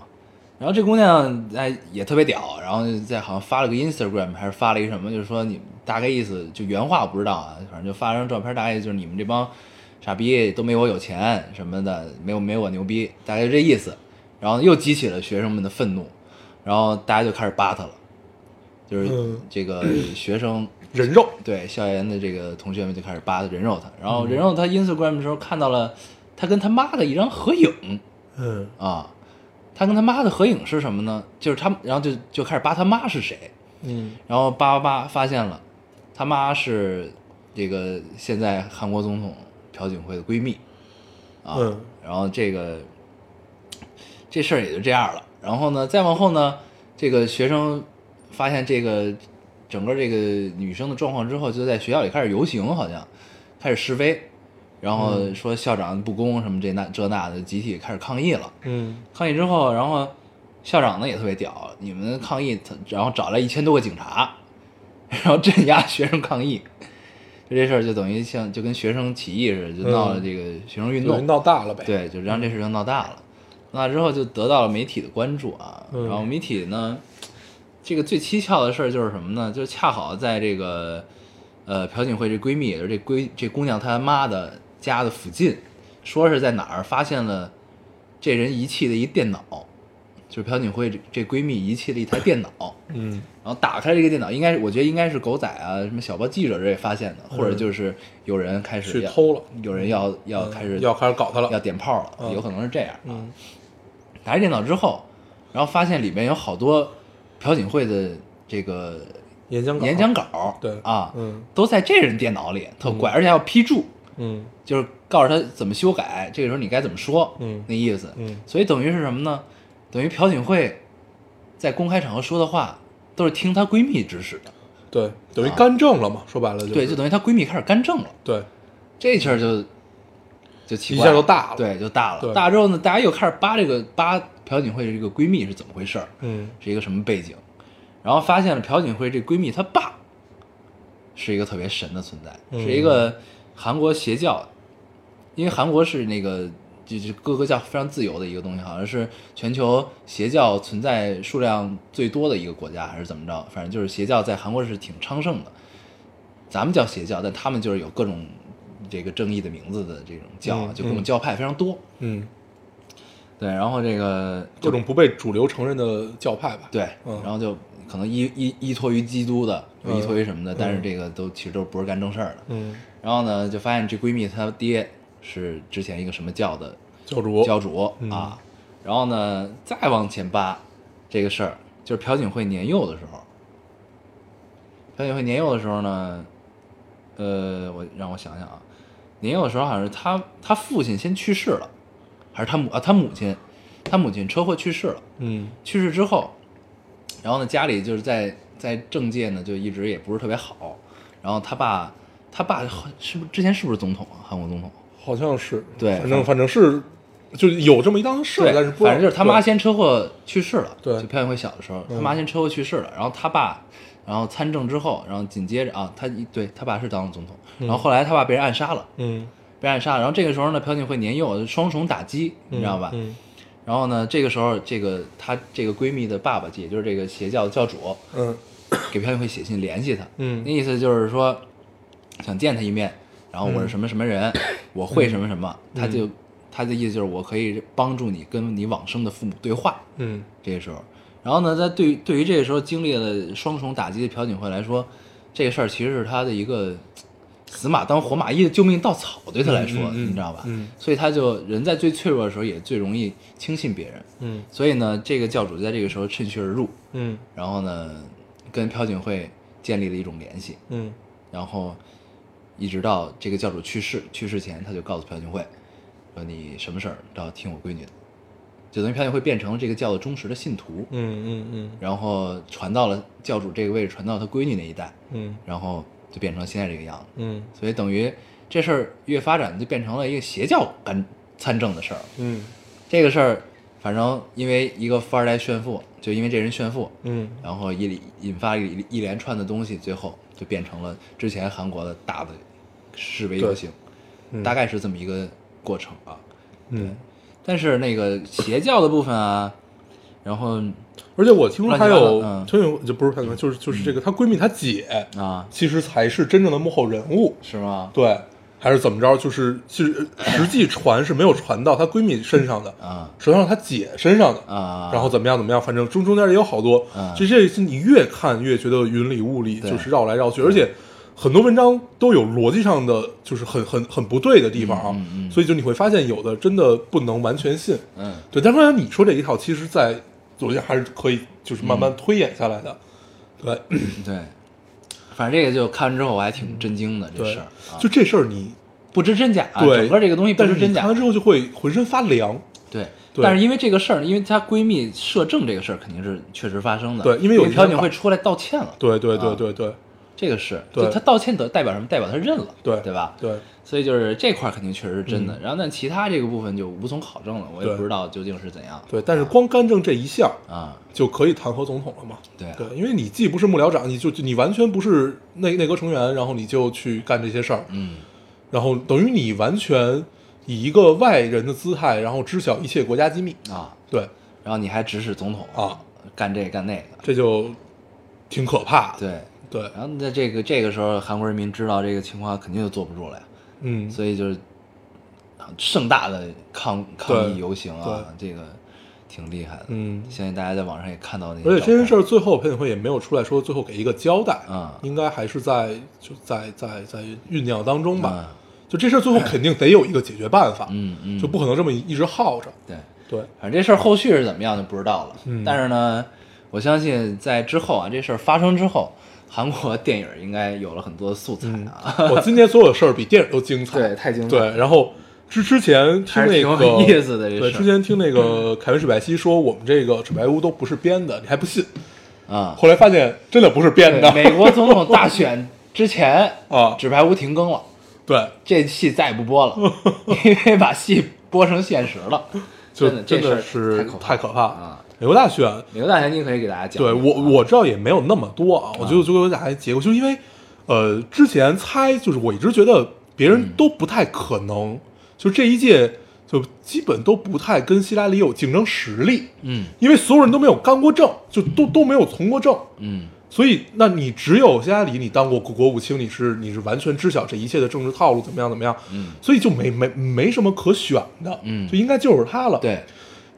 C: 然后这姑娘哎也特别屌，然后就在好像发了个 Instagram 还是发了一个什么，就是说你大概意思就原话我不知道啊，反正就发张照片，大概就是你们这帮傻逼都没我有钱什么的，没有没我牛逼，大概就这意思。然后又激起了学生们的愤怒，然后大家就开始扒她了，就是
D: 嗯
C: 这个学生
D: 人肉，
C: 对校园的这个同学们就开始扒他人肉他，然后人肉他 Instagram 的时候看到了他跟他妈的一张合影
D: 嗯
C: 啊，他跟他妈的合影是什么呢？就是他，然后就就开始扒他妈是谁，
D: 嗯
C: 然后扒扒扒发现了，他妈是这个现在韩国总统朴槿惠的闺蜜啊，
D: 嗯
C: 然后这个这事儿也就这样了。然后呢，再往后呢，这个学生发现这个整个这个女生的状况之后，就在学校里开始游行，好像开始示威，然后说校长不公什么这那这那的，集体开始抗议了。
D: 嗯
C: 抗议之后，然后校长呢也特别屌，你们抗议，他然后找来一千多个警察， [laughs] 然后镇压学生抗议，就这事儿就等于像就跟学生起义似的，就闹了这个学生运
D: 有
C: 动，
D: 人闹大了呗，，
C: 对，就让这事情闹大了。那之后就得到了媒体的关注啊，
D: 嗯
C: 然后媒体呢，这个最蹊跷的事儿就是什么呢？就是恰好在这个呃朴槿惠这闺蜜，也就是这闺这姑娘她妈的家的附近，说是在哪儿发现了这人遗弃的一电脑，就是朴槿惠这这闺蜜遗弃了一台电脑，
D: 嗯
C: 然后打开这个电脑，应该是我觉得应该是狗仔啊什么小报记者这发现的，或者就是有人开始
D: 去
C: 要
D: 嗯偷了，
C: 有人要要开始
D: 嗯要开始搞他
C: 要
D: 了，
C: 点炮了，
D: 嗯
C: 有可能是这样啊。
D: 嗯
C: 打开电脑之后，然后发现里面有好多朴槿惠的这个
D: 演讲稿
C: 演讲稿，
D: 对
C: 啊，
D: 嗯
C: 都在这人电脑里，特怪，而且还要批注，
D: 嗯
C: 就是告诉他怎么修改，这个时候你该怎么说，
D: 嗯
C: 那意思，
D: 嗯
C: 所以等于是什么呢？等于朴槿惠在公开场合说的话，都是听她闺蜜指使的，
D: 对，等于干政了嘛，说白了就是
C: 对，就等于她闺蜜开始干政了，
D: 对，
C: 这事儿就就奇
D: 一
C: 怪
D: 下就大了
C: 对，就大了，
D: 对
C: 大之后呢，大家又开始扒这个扒朴槿惠这个闺蜜是怎么回事儿，
D: 嗯
C: 是一个什么背景，然后发现了朴槿惠这闺蜜她爸是一个特别神的存在，
D: 嗯
C: 是一个韩国邪教，因为韩国是那个就是各个教非常自由的一个东西，好像是全球邪教存在数量最多的一个国家，还是怎么着？反正就是邪教在韩国是挺昌盛的，咱们叫邪教，但他们就是有各种这个正义的名字的这种教啊，
D: 嗯
C: 就各种
D: 嗯
C: 教派非常多。
D: 嗯，
C: 对，然后这个
D: 各种不被主流承认的教派吧，
C: 对，
D: 嗯
C: 然后就可能依依依托于基督的，就
D: 嗯
C: 依托于什么的，但是这个都其实都不是干正事儿的。
D: 嗯，
C: 然后呢，就发现这闺蜜她爹是之前一个什么教的
D: 教主
C: 教主
D: 嗯
C: 啊，然后呢再往前扒这个事儿，就是朴槿惠年幼的时候，朴槿惠年幼的时候呢，呃，我让我想想啊，年幼的时候好像是她她父亲先去世了，还是她母啊她母亲，她母亲车祸去世了。
D: 嗯
C: 去世之后，然后呢，家里就是在在政界呢，就一直也不是特别好。然后他爸，他爸是不是之前是不是总统啊？韩国总统？
D: 好像是
C: 对
D: 反正反正是就有这么一档子事儿，但是不知道
C: 反正就是他妈
D: 对
C: 先车祸去世了，
D: 对
C: 就朴槿惠小的时候，
D: 嗯
C: 他妈先车祸去世了，然后他爸，然后参政之后，然后紧接着啊，他一对他爸是当了总统，然后后来他爸被人暗杀了，
D: 嗯，
C: 被人暗杀了。然后这个时候呢，朴槿惠年幼，双重打击，你知道吧？
D: 嗯
C: 然后呢，这个时候，这个她这个闺蜜的爸爸，也就是这个邪教的教主，
D: 嗯
C: 给朴槿惠写信联系他，
D: 嗯
C: 那意思就是说想见他一面，然后我是什么什么人，
D: 嗯
C: 我会什么什么，他就他的意思就是我可以帮助你跟你往生的父母对话。
D: 嗯
C: 这个时候，然后呢，在对于对于这个时候经历了双重打击的朴槿惠来说，这个事儿其实是他的一个死马当活马医的救命稻草，对他来说，
D: 嗯嗯嗯
C: 你知道吧？
D: 嗯
C: 所以他就人在最脆弱的时候也最容易轻信别人，
D: 嗯
C: 所以呢，这个教主在这个时候趁虚而入，
D: 嗯
C: 然后呢，跟朴槿惠建立了一种联系，
D: 嗯
C: 然后一直到这个教主去世，去世前他就告诉朴槿惠，说你什么事儿都要听我闺女的，就等于朴槿惠变成了这个教的忠实的信徒，
D: 嗯嗯
C: 然后传到了教主这个位置，传到他闺女那一代，
D: 嗯
C: 然后就变成现在这个样子，
D: 嗯
C: 所以等于这事儿越发展就变成了一个邪教干参政的事儿，
D: 嗯
C: 这个事儿反正因为一个富二代炫富，就因为这人炫富，
D: 嗯
C: 然后一连引发一一连串的东西，最后就变成了之前韩国的大的示威游行，
D: 嗯
C: 大概是这么一个过程啊。
D: 嗯，
C: 但是那个邪教的部分啊，然后
D: 而且我听说她有
C: 乱七嗯
D: 崔永就不是她，就是就是这个她闺蜜她姐，
C: 啊，
D: 其实才是真正的幕后人物，
C: 是吗？
D: 对，还是怎么着？就是是实际传是没有传到她闺蜜身上的，
C: 啊
D: 传到她姐身上的。
C: 啊，
D: 然后怎么样怎么样，反正中中间也有好多
C: 嗯，
D: 这这是你越看越觉得云里雾里，
C: 对
D: 就是绕来绕去，而且很多文章都有逻辑上的就是很很很不对的地方啊
C: 嗯嗯，嗯
D: 所以就你会发现有的真的不能完全信。
C: 嗯
D: 对，但是像你说这一套，其实在昨天还是可以就是慢慢推演下来的。对，
C: 对，反正这个就看完之后我还挺震惊的，这
D: 对
C: 事儿啊，
D: 就这事儿你
C: 不知真假，啊
D: 对
C: 整个这个东西不
D: 但是
C: 知
D: 你
C: 真假
D: 看完，之后就会浑身发凉。
C: 对，
D: 对
C: 但是因为这个事儿，因为她闺蜜摄政这个事儿肯定是确实发生的，
D: 对因为有一天
C: 朴槿惠出来道歉了，
D: 对对对
C: 啊
D: 对对
C: 这个是，
D: 对
C: 就她道歉得代表什么？代表她认了，
D: 对
C: 对吧？
D: 对，
C: 所以就是这块儿肯定确实是真的，然后但其他这个部分就无从考证了，我也
D: 对
C: 不知道究竟是怎样
D: 对，但是光干政这一项
C: 啊，
D: 就可以弹劾总统了嘛？
C: 对啊
D: 对，因为你既不是幕僚长，你就就你完全不是内内阁成员，然后你就去干这些事儿，
C: 嗯，
D: 然后等于你完全以一个外人的姿态，然后知晓一切国家机密。
C: 啊，
D: 对，
C: 然后你还指使总统
D: 啊，
C: 干这干那个，
D: 这就挺可怕的。
C: 对，
D: 对，
C: 然后那这个这个时候韩国人民知道这个情况，肯定就坐不住了呀，
D: 嗯，
C: 所以就是盛大的抗抗议游行啊，这个挺厉害的，
D: 嗯
C: 相信大家在网上也看到那些照
D: 而
C: 片，
D: 且这件事儿最后朴槿惠也没有出来说最后给一个交代，
C: 嗯
D: 应该还是在就在在在酝酿当中吧。
C: 嗯
D: 就这事儿最后肯定得有一个解决办法，
C: 嗯嗯，
D: 就不可能这么一直耗着。
C: 对。 [laughs]
D: 对，
C: 反正这事儿后续是怎么样就不知道了。
D: 嗯
C: 但是呢，我相信在之后啊，这事儿发生之后，韩国电影应该有了很多素材
D: 嗯
C: 啊。，
D: 我今天所有事儿比电影都精彩。
C: [laughs] 对，太精彩了。
D: 对，然后之之前听
C: 还是
D: 那
C: 挺有
D: 个
C: 意思的这
D: 对，
C: 事儿
D: 之前听那个凯文史派西说我们这个纸牌屋都不是编的，你还不信？
C: 啊，
D: 后来发现真的不是编
C: 对
D: 的。
C: 美国总统大选之前
D: [laughs] 啊
C: 纸牌屋停更了，
D: 对，
C: 这戏再也不
D: [laughs]
C: 播了，因为把戏播成现实了。
D: 就
C: 真的，这
D: 真
C: 事儿
D: 的是
C: 太
D: 太
C: 可
D: 可
C: 怕
D: 怕
C: 了啊
D: 了！！美国大选，
C: 美国大选，你可以给大家讲
D: 对
C: 讲啊。嗯
D: 我我知道也没有那么多啊，我觉得就给大家结果，就是因为呃，之前猜就是我一直觉得别
C: 嗯
D: 人都不太可能，就这一届就基本都不太跟希拉里有竞争实力，
C: 嗯
D: 因为所有人都没有干过政，就都都没有从过政，
C: 嗯
D: 所以，那你只有希拉里，你当过国务卿，你是你是完全知晓这一切的政治套路怎么样怎么样，
C: 嗯，
D: 所以就没没没什么可选的，
C: 嗯
D: 就应该就是他了，，
C: 对。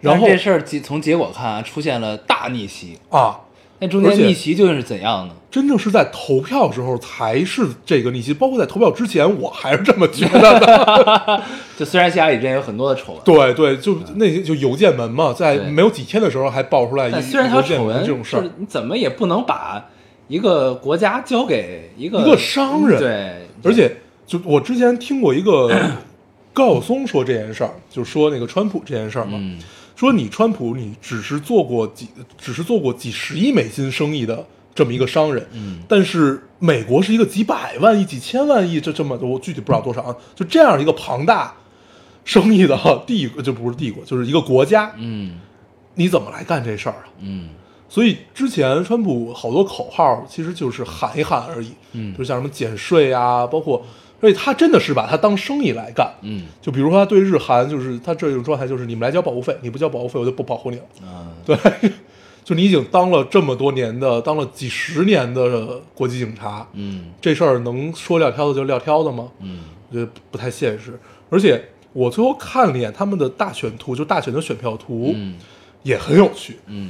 D: 然后
C: 但是这事儿结从结果看啊，出现了大逆袭。
D: 啊，
C: 那中间
D: 而且
C: 逆袭究竟是怎样呢？
D: 真正是在投票时候才是这个逆袭，包括在投票之前，我还是这么觉得
C: [laughs]
D: 的。
C: 就虽然希拉里之前有很多的丑闻，
D: 对对，就那些就邮件门嘛，在
C: 对
D: 没有几天的时候还爆出来
C: 但
D: 呃一
C: 虽然他有
D: 邮件
C: 丑
D: 门
C: 闻，
D: 这种事
C: 就
D: 儿
C: 是，你怎么也不能把一个国家交给一个嗯
D: 一个商人
C: 对，
D: 而且就我之前听过
C: [coughs]
D: 一个高晓松说这件事儿，就说那个川普这件事儿嘛，
C: 嗯
D: 说你川普你只是做过几，只是做过几十亿美金生意的这么一个商人，
C: 嗯
D: 但是美国是一个几百万亿、几千万亿，这这么多，我具体不知道多少啊，就这样一个庞大生意的帝 [laughs] 国，就不是帝国，就是一个国家，
C: 嗯
D: 你怎么来干这事儿啊？
C: 嗯
D: 所以之前川普好多口号其实就是喊一喊而已，
C: 嗯
D: 就像什么减税啊，包括，而且他真的是把它当生意来干，
C: 嗯
D: 就比如说他对日韩，就是他这种状态，就是你们来交保护费，你不交保护费，我就不保护你了。
C: 啊
D: 对， [laughs] 就你已经当了这么多年的，当了几十年的国际警察，
C: 嗯
D: 这事儿能说撂挑子就撂挑子吗？
C: 嗯
D: 我觉得不太现实。而且我最后看了一眼他们的大选图，就大选的选票图，
C: 嗯
D: 也很有趣，
C: 嗯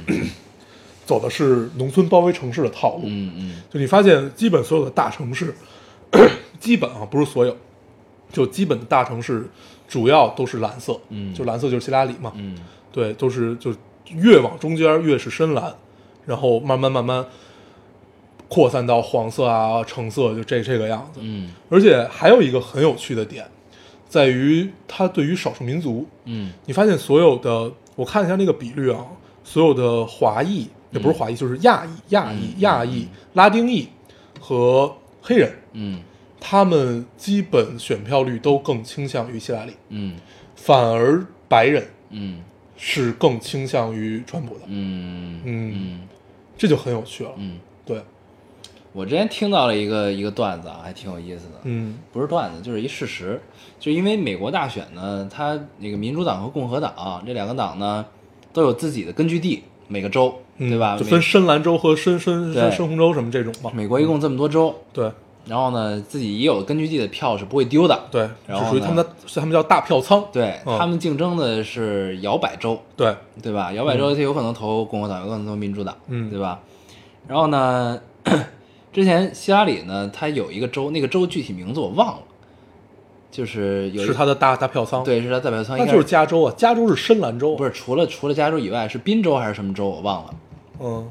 D: 走的是农村包围城市的套路。
C: 嗯嗯
D: 就你发现，基本所有的大城市， [clears throat] 基本啊不是所有，就基本的大城市主要都是蓝色，
C: 嗯
D: 就蓝色就是希拉里嘛，
C: 嗯
D: 对，都是就越往中间越是深蓝，然后慢慢慢慢扩散到黄色啊、橙色，就这这个样子。
C: 嗯
D: 而且还有一个很有趣的点，在于它对于少数民族，
C: 嗯
D: 你发现所有的，我看一下那个比率啊，所有的华裔也不是华裔，就是亚裔、
C: 嗯
D: 亚裔、亚裔、拉丁裔和黑人，
C: 嗯
D: 他们基本选票率都更倾向于希拉里，
C: 嗯
D: 反而白人
C: 嗯
D: 是更倾向于川普的，
C: 嗯嗯
D: 这就很有趣了。
C: 嗯，
D: 对，
C: 我之前听到了一个一个段子啊，还挺有意思的，
D: 嗯
C: 不是段子，就是一事实。就因为美国大选呢，它那个民主党和共和党、这两个党呢，都有自己的根据地，每个州，
D: 嗯，
C: 对吧？
D: 就分深蓝州和深深
C: 对
D: 深深红州什么这种嘛。
C: 美美国一共这么多州，
D: 对
C: 然后呢，自己也有根据地的票是不会丢的。
D: 对，
C: 然
D: 是
C: 后
D: 属于
C: 呢
D: 他们的，是他们叫大票仓。
C: 对，
D: 嗯
C: 他们竞争的是摇摆州，
D: 对，
C: 对吧？摇摆州它有可能投共和党，有可能投民主党，
D: 嗯
C: 对吧？然后呢， [clears throat] 之前希拉里呢，他有一个州，那个州具体名字我忘了，就是有一
D: 是他的大大票仓。，
C: 对，是他代表团，
D: 那
C: 应该
D: 就是加州啊，加州是深蓝州啊。
C: 不是除了除了加州以外，是宾州还是什么州我忘了。
D: 嗯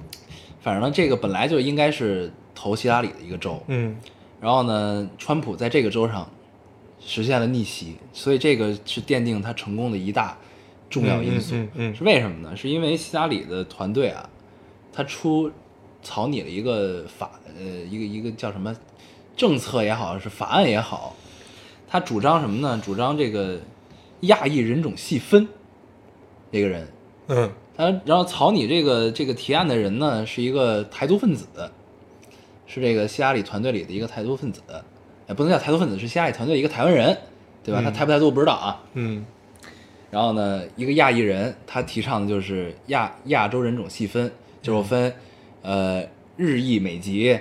C: 反正呢，这个本来就应该是投希拉里的一个州，
D: 嗯
C: 然后呢，川普在这个州上实现了逆袭，所以这个是奠定他成功的一大重要因素。
D: 嗯嗯嗯
C: 是为什么呢？是因为希拉里的团队啊，他出草拟了一个法呃一个一个叫什么政策也好，是法案也好，他主张什么呢？主张这个亚裔人种细分，这个人。
D: 嗯
C: 他然后草拟这个这个提案的人呢，是一个台独分子，是这个希拉里团队里的一个台独分子，也不能叫台独分子，是希拉里团队一个台湾人，对吧？他台不台独我不知道啊。
D: 嗯
C: 然后呢，一个亚裔人，他提倡的就是亚亚洲人种细分，就是
D: 嗯
C: 我分，呃，日裔美籍，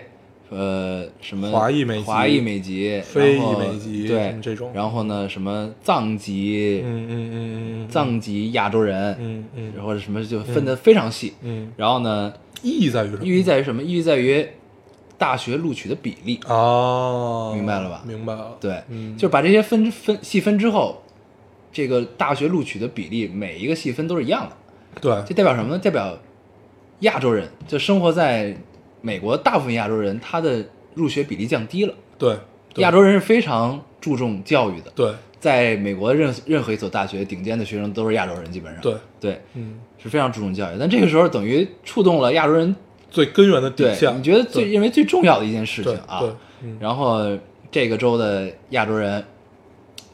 C: 呃，什么
D: 华裔美籍
C: 华裔美籍、
D: 非裔
C: 然后
D: 美籍什
C: 对
D: 么这种
C: 然后呢，什么藏籍、
D: 嗯嗯嗯嗯
C: 藏籍亚洲人，
D: 嗯嗯
C: 或者什么就分得非常细。
D: 嗯，
C: 然后呢，
D: 意义在于什么？
C: 意义在于什么？意义在于大学录取的比例。
D: 哦，
C: 明白了吧
D: 明白了。
C: 对，
D: 嗯
C: 就是把这些分分细分之后，这个大学录取的比例，每一个细分都是一样的。
D: 对
C: 这代表什么呢？代表亚洲人，就生活在美国大部分亚洲人，他的入学比例降低了。
D: 对对
C: 亚洲人是非常注重教育的，
D: 对
C: 在美国任任何一所大学，顶尖的学生都是亚洲人，基本上
D: 对，
C: 对，
D: 嗯，
C: 是非常注重教育。但这个时候等于触动了亚洲人
D: 最根源的底
C: 对
D: 线。
C: 你觉得最认为最重要的一件事情
D: 对
C: 啊
D: 对，嗯
C: 然后这个州的亚洲人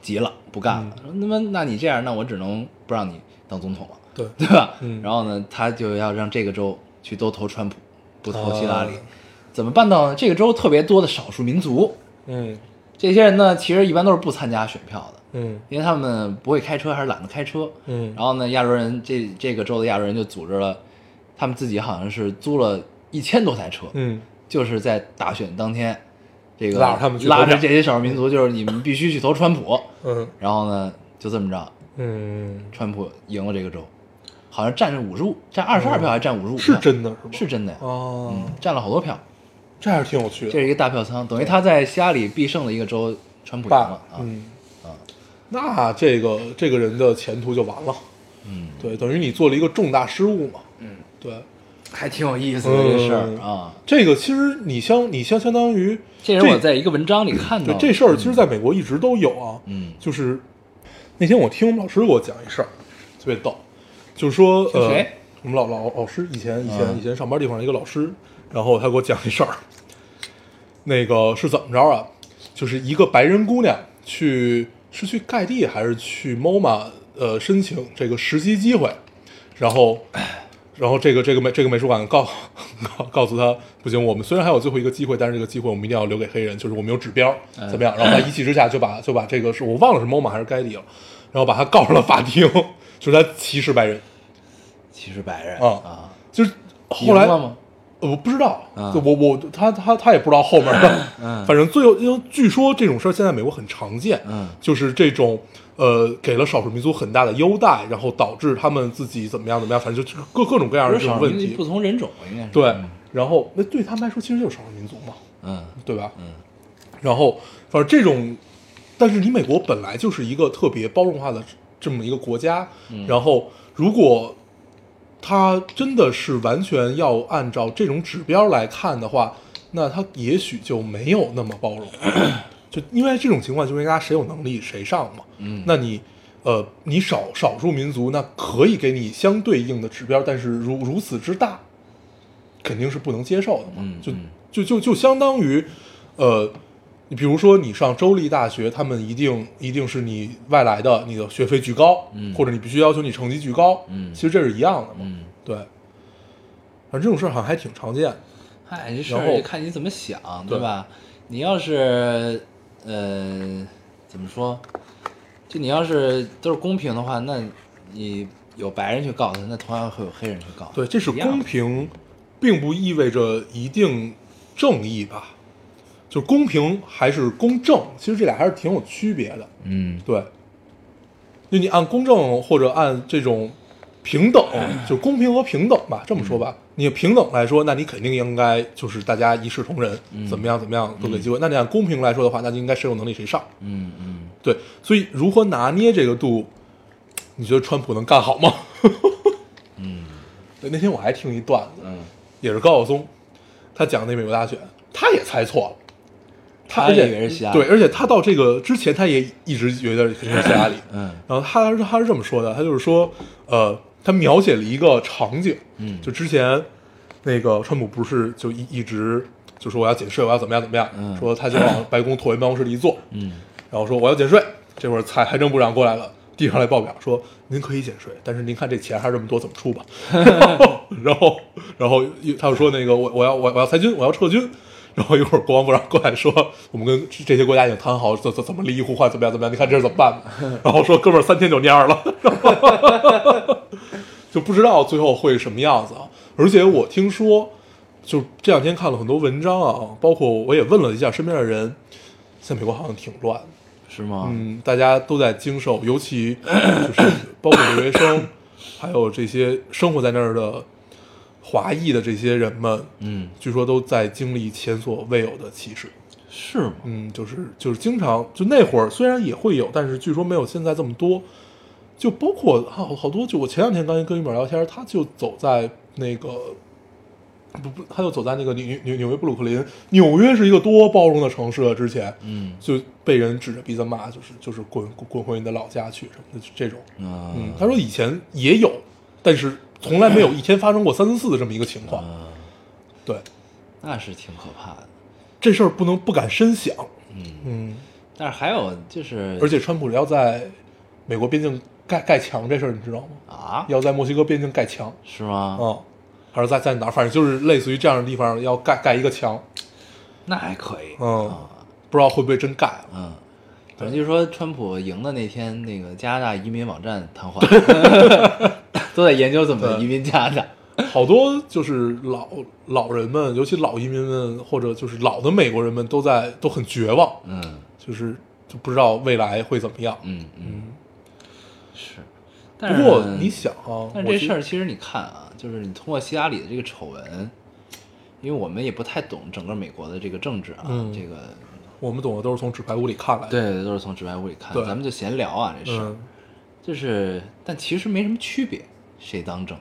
C: 急了，不干
D: 嗯
C: 了，说那么那你这样，那我只能不让你当总统了。
D: 对
C: 对吧？
D: 嗯
C: 然后呢，他就要让这个州去都投川普，不投希拉里，
D: 啊
C: 怎么办到呢？这个州特别多的少数民族，
D: 嗯
C: 这些人呢，其实一般都是不参加选票的，
D: 嗯
C: 因为他们不会开车，还是懒得开车。
D: 嗯
C: 然后呢，亚洲人这这个州的亚洲人就组织了，他们自己好像是租了一千多台车，
D: 嗯
C: 就是在大选当天，这个
D: 拉着他们去投票
C: 拉着这些少数民族，就是你们必须去投川普。
D: 嗯
C: 然后呢，就这么着，
D: 嗯，
C: 川普赢了这个州，好像占五十五，占二十二票还是占五十五？
D: 是真的是吗？
C: 是真的呀，
D: 哦，
C: 嗯，占了好多票，
D: 这还是挺有趣的。
C: 这是一个大票仓，等于他在希拉里必胜的一个州，川普赢
D: 爸
C: 了啊，
D: 嗯
C: 啊，
D: 那这个这个人的前途就完了。
C: 嗯，
D: 对，等于你做了一个重大失误嘛。
C: 嗯，
D: 对，
C: 还挺有意思的这事儿
D: 嗯
C: 啊。
D: 这个其实你相你相相当于
C: 这人我在一个文章里看到
D: 对
C: 了，
D: 这事儿，其实在美国一直都有啊。
C: 嗯
D: 就是那天我听我们老师给我讲一事儿，特别逗，就是说
C: 听
D: 呃
C: 谁，
D: 我们老老老师以前以前、
C: 嗯
D: 以前上班地方一个老师，然后他给我讲一事儿，那个是怎么着啊？就是一个白人姑娘去是去盖蒂还是去 MoMA 呃申请这个实习机会，然后。然后这个这个美这个美术馆告 [laughs] 告告诉他不行，我们虽然还有最后一个机会，但是这个机会我们一定要留给黑人，就是我们有指标，
C: 哎
D: 怎么样？然后他一气之下就把就把这个是我忘了是 MoMA 还是盖蒂了，然后把他告上了法庭， [laughs] 就是他歧视白人，
C: 其实白人
D: 啊
C: 啊，
D: 就是后来
C: 赢了吗？
D: 呃我不知道，
C: 啊
D: 就我我他他他也不知道后面的， [laughs] 反正最后因为据说这种事儿现在美国很常见，
C: 嗯
D: 就是这种呃给了少数民族很大的优待，然后导致他们自己怎么样怎么样，反正就是各各种各样
C: 不
D: 的
C: 是
D: 这
C: 少
D: 种
C: 数
D: 问
C: 民族
D: 题
C: 不，同人种应该是
D: 对，然后那对他们来说其实就是少数民族嘛，
C: 嗯
D: 对吧？
C: 嗯，
D: 然后反正这种，但是你美国本来就是一个特别包容化的这么一个国家，然后如果他真的是完全要按照这种指标来看的话，那他也许就没有那么包容，就因为这种情况就因为大家谁有能力谁上嘛，嗯，那你。呃，你少少数民族那可以给你相对应的指标，但是如如此之大，肯定是不能接受的嘛。
C: 嗯
D: 就
C: 嗯
D: 就就就相当于，呃，你比如说你上州立大学，他们一定一定是你外来的，你的学费巨高，
C: 嗯
D: 或者你必须要求你成绩巨高，
C: 嗯
D: 其实这是一样的嘛。
C: 嗯，
D: 对，反正这种事儿好像还挺常见的。
C: 嗨，这事儿
D: 然后
C: 也看你怎么想，对
D: 对
C: 吧？你要是呃，怎么说？就你要是都是公平的话，那你有白人去告他，那同样会有黑人去告。
D: 对，这是
C: 一样的
D: 公。平，并不意味着一定正义吧？就公平还是公正，其实这俩还是挺有区别的。
C: 嗯
D: 对，就你按公正或者按这种平等，就公平和平等吧，这么说吧，你平等来说，那你肯定应该就是大家一视同仁，怎么样怎么样都给机会。那你按公平来说的话，那就应该谁有能力谁上。
C: 嗯嗯，
D: 对，所以如何拿捏这个度，你觉得川普能干好吗？ [laughs] 嗯，对，那天我还听一段子，
C: 嗯，
D: 也是高晓松，他讲那美国大选，他也猜错了。他
C: 他
D: 而且
C: 以为是希拉里
D: 对，而且他到这个之前，他也一直觉得肯定是希 [laughs] 拉里。
C: 嗯，
D: 然后他他是这么说的，他就是说，呃，他描写了一个场景，
C: 嗯
D: 就之前那个川普不是就一一直就说我要减税，我要怎么样怎么样，
C: 嗯
D: 说他就往白宫椭圆办公室里一坐，
C: 嗯
D: 然后说我要减税，这会儿财财政部长过来了，递上来报表说您可以减税，但是您看这钱还是这么多，怎么出吧？ [laughs] 然后然后又他又说那个我我要我我要裁军，我要撤军。然后一会儿国防部长过来说，我们跟这些国家已经谈好怎怎怎么利益互换，怎么样怎么样？你看这是怎么办的？然后说哥们儿三天就蔫儿了， [laughs] 然后就不知道最后会什么样子啊。而且我听说，就这两天看了很多文章啊，包括我也问了一下身边的人，现在美国好像挺乱的，
C: 是吗？
D: 嗯，大家都在经受，尤其就是 [coughs] 包括留学生，还有这些生活在那儿的华裔的这些人们，
C: 嗯，
D: 据说都在经历前所未有的歧视。
C: 是吗？
D: 嗯，就是就是经常就那会儿虽然也会有，但是据说没有现在这么多。就包括好好多，就我前两天刚跟一本聊天，他就走在那个不不，他就走在那个纽纽纽约布鲁克林，纽约是一个多包容的城市啊，之前，
C: 嗯
D: 就被人指着鼻子骂，就是就是滚滚滚回你的老家去什么的，就这种。
C: 啊
D: 嗯，他说以前也有，但是从来没
C: [coughs]
D: 有一天发生过三四四的这么一个情况。
C: 啊，
D: 对，
C: 那是挺可怕的。
D: 这事儿不能不敢深想。
C: 嗯，
D: 嗯，
C: 但是还有就是，
D: 而且川普要在美国边境盖盖墙这事儿，你知道吗？
C: 啊，
D: 要在墨西哥边境盖墙
C: 是吗？
D: 啊、嗯，还是在在哪儿？反正就是类似于这样的地方要盖盖一个墙，
C: 那还可以。
D: 嗯
C: 啊
D: 不知道会不会真盖啊。
C: 嗯，反正就是说，川普赢的那天，那个加拿大移民网站瘫痪， [laughs] 都在研究怎么移民加拿大。
D: 好多就是老老人们，尤其老移民们，或者就是老的美国人们，都在都很绝望，
C: 嗯
D: 就是就不知道未来会怎么样。
C: 嗯嗯，
D: 嗯，
C: 是。但
D: 不
C: 是
D: 过你想啊，
C: 但是这事
D: 我
C: 儿其实你看啊，就是你通过希拉里的这个丑闻，因为我们也不太懂整个美国的这个政治啊，
D: 嗯
C: 这个
D: 觉得我们懂的都是从纸牌屋里看来的。
C: 对都是从纸牌屋里看，
D: 对
C: 咱们就闲聊啊，这事儿、
D: 嗯，
C: 就是，但其实没什么区别，谁当政，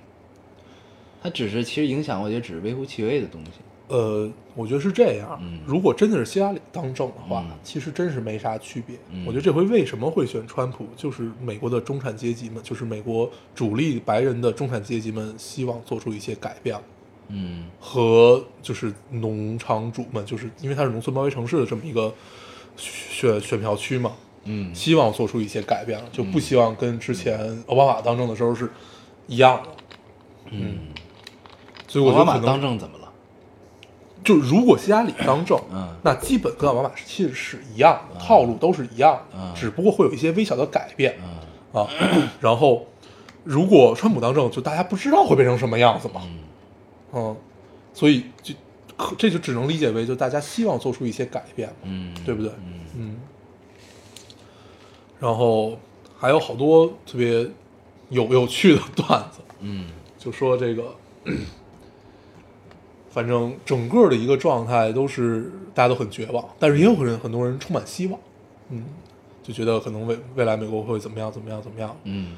C: 它只是其实影响，我觉得只是微乎其微的东西。
D: 呃，我觉得是这样
C: 嗯。
D: 如果真的是希拉里当政的话
C: 嗯，
D: 其实真是没啥区别
C: 嗯。
D: 我觉得这回为什么会选川普，就是美国的中产阶级们，就是美国主力白人的中产阶级们，希望做出一些改变。
C: 嗯
D: 和就是农场主们，就是因为它是农村包围城市的这么一个选选票区嘛，
C: 嗯
D: 希望做出一些改变了，就不希望跟之前奥巴马当政的时候是一样的。
C: 嗯，
D: 所以
C: 奥
D: 我觉
C: 巴马
D: 得可
C: 当
D: 能
C: 政怎么了？
D: 就如果希拉里当政，
C: 嗯
D: 那基本跟奥巴马其实是一样的，套路都是一样
C: 嗯
D: 的，只不过会有一些微小的改变
C: 嗯
D: 啊。然后如果川普当政，就大家不知道会变成什么样子嘛。
C: 嗯
D: 嗯，所以就可这就只能理解为，就大家希望做出一些改变，
C: 嗯，
D: 对不对？
C: 嗯
D: 嗯。然后还有好多特别有有趣的段子， [laughs]
C: 嗯
D: 就说这个， [clears throat] 反正整个的一个状态都是大家都很绝望，但是也有人很多人充满希望，嗯，就觉得可能未未来美国会怎么样怎么样怎么样，
C: 嗯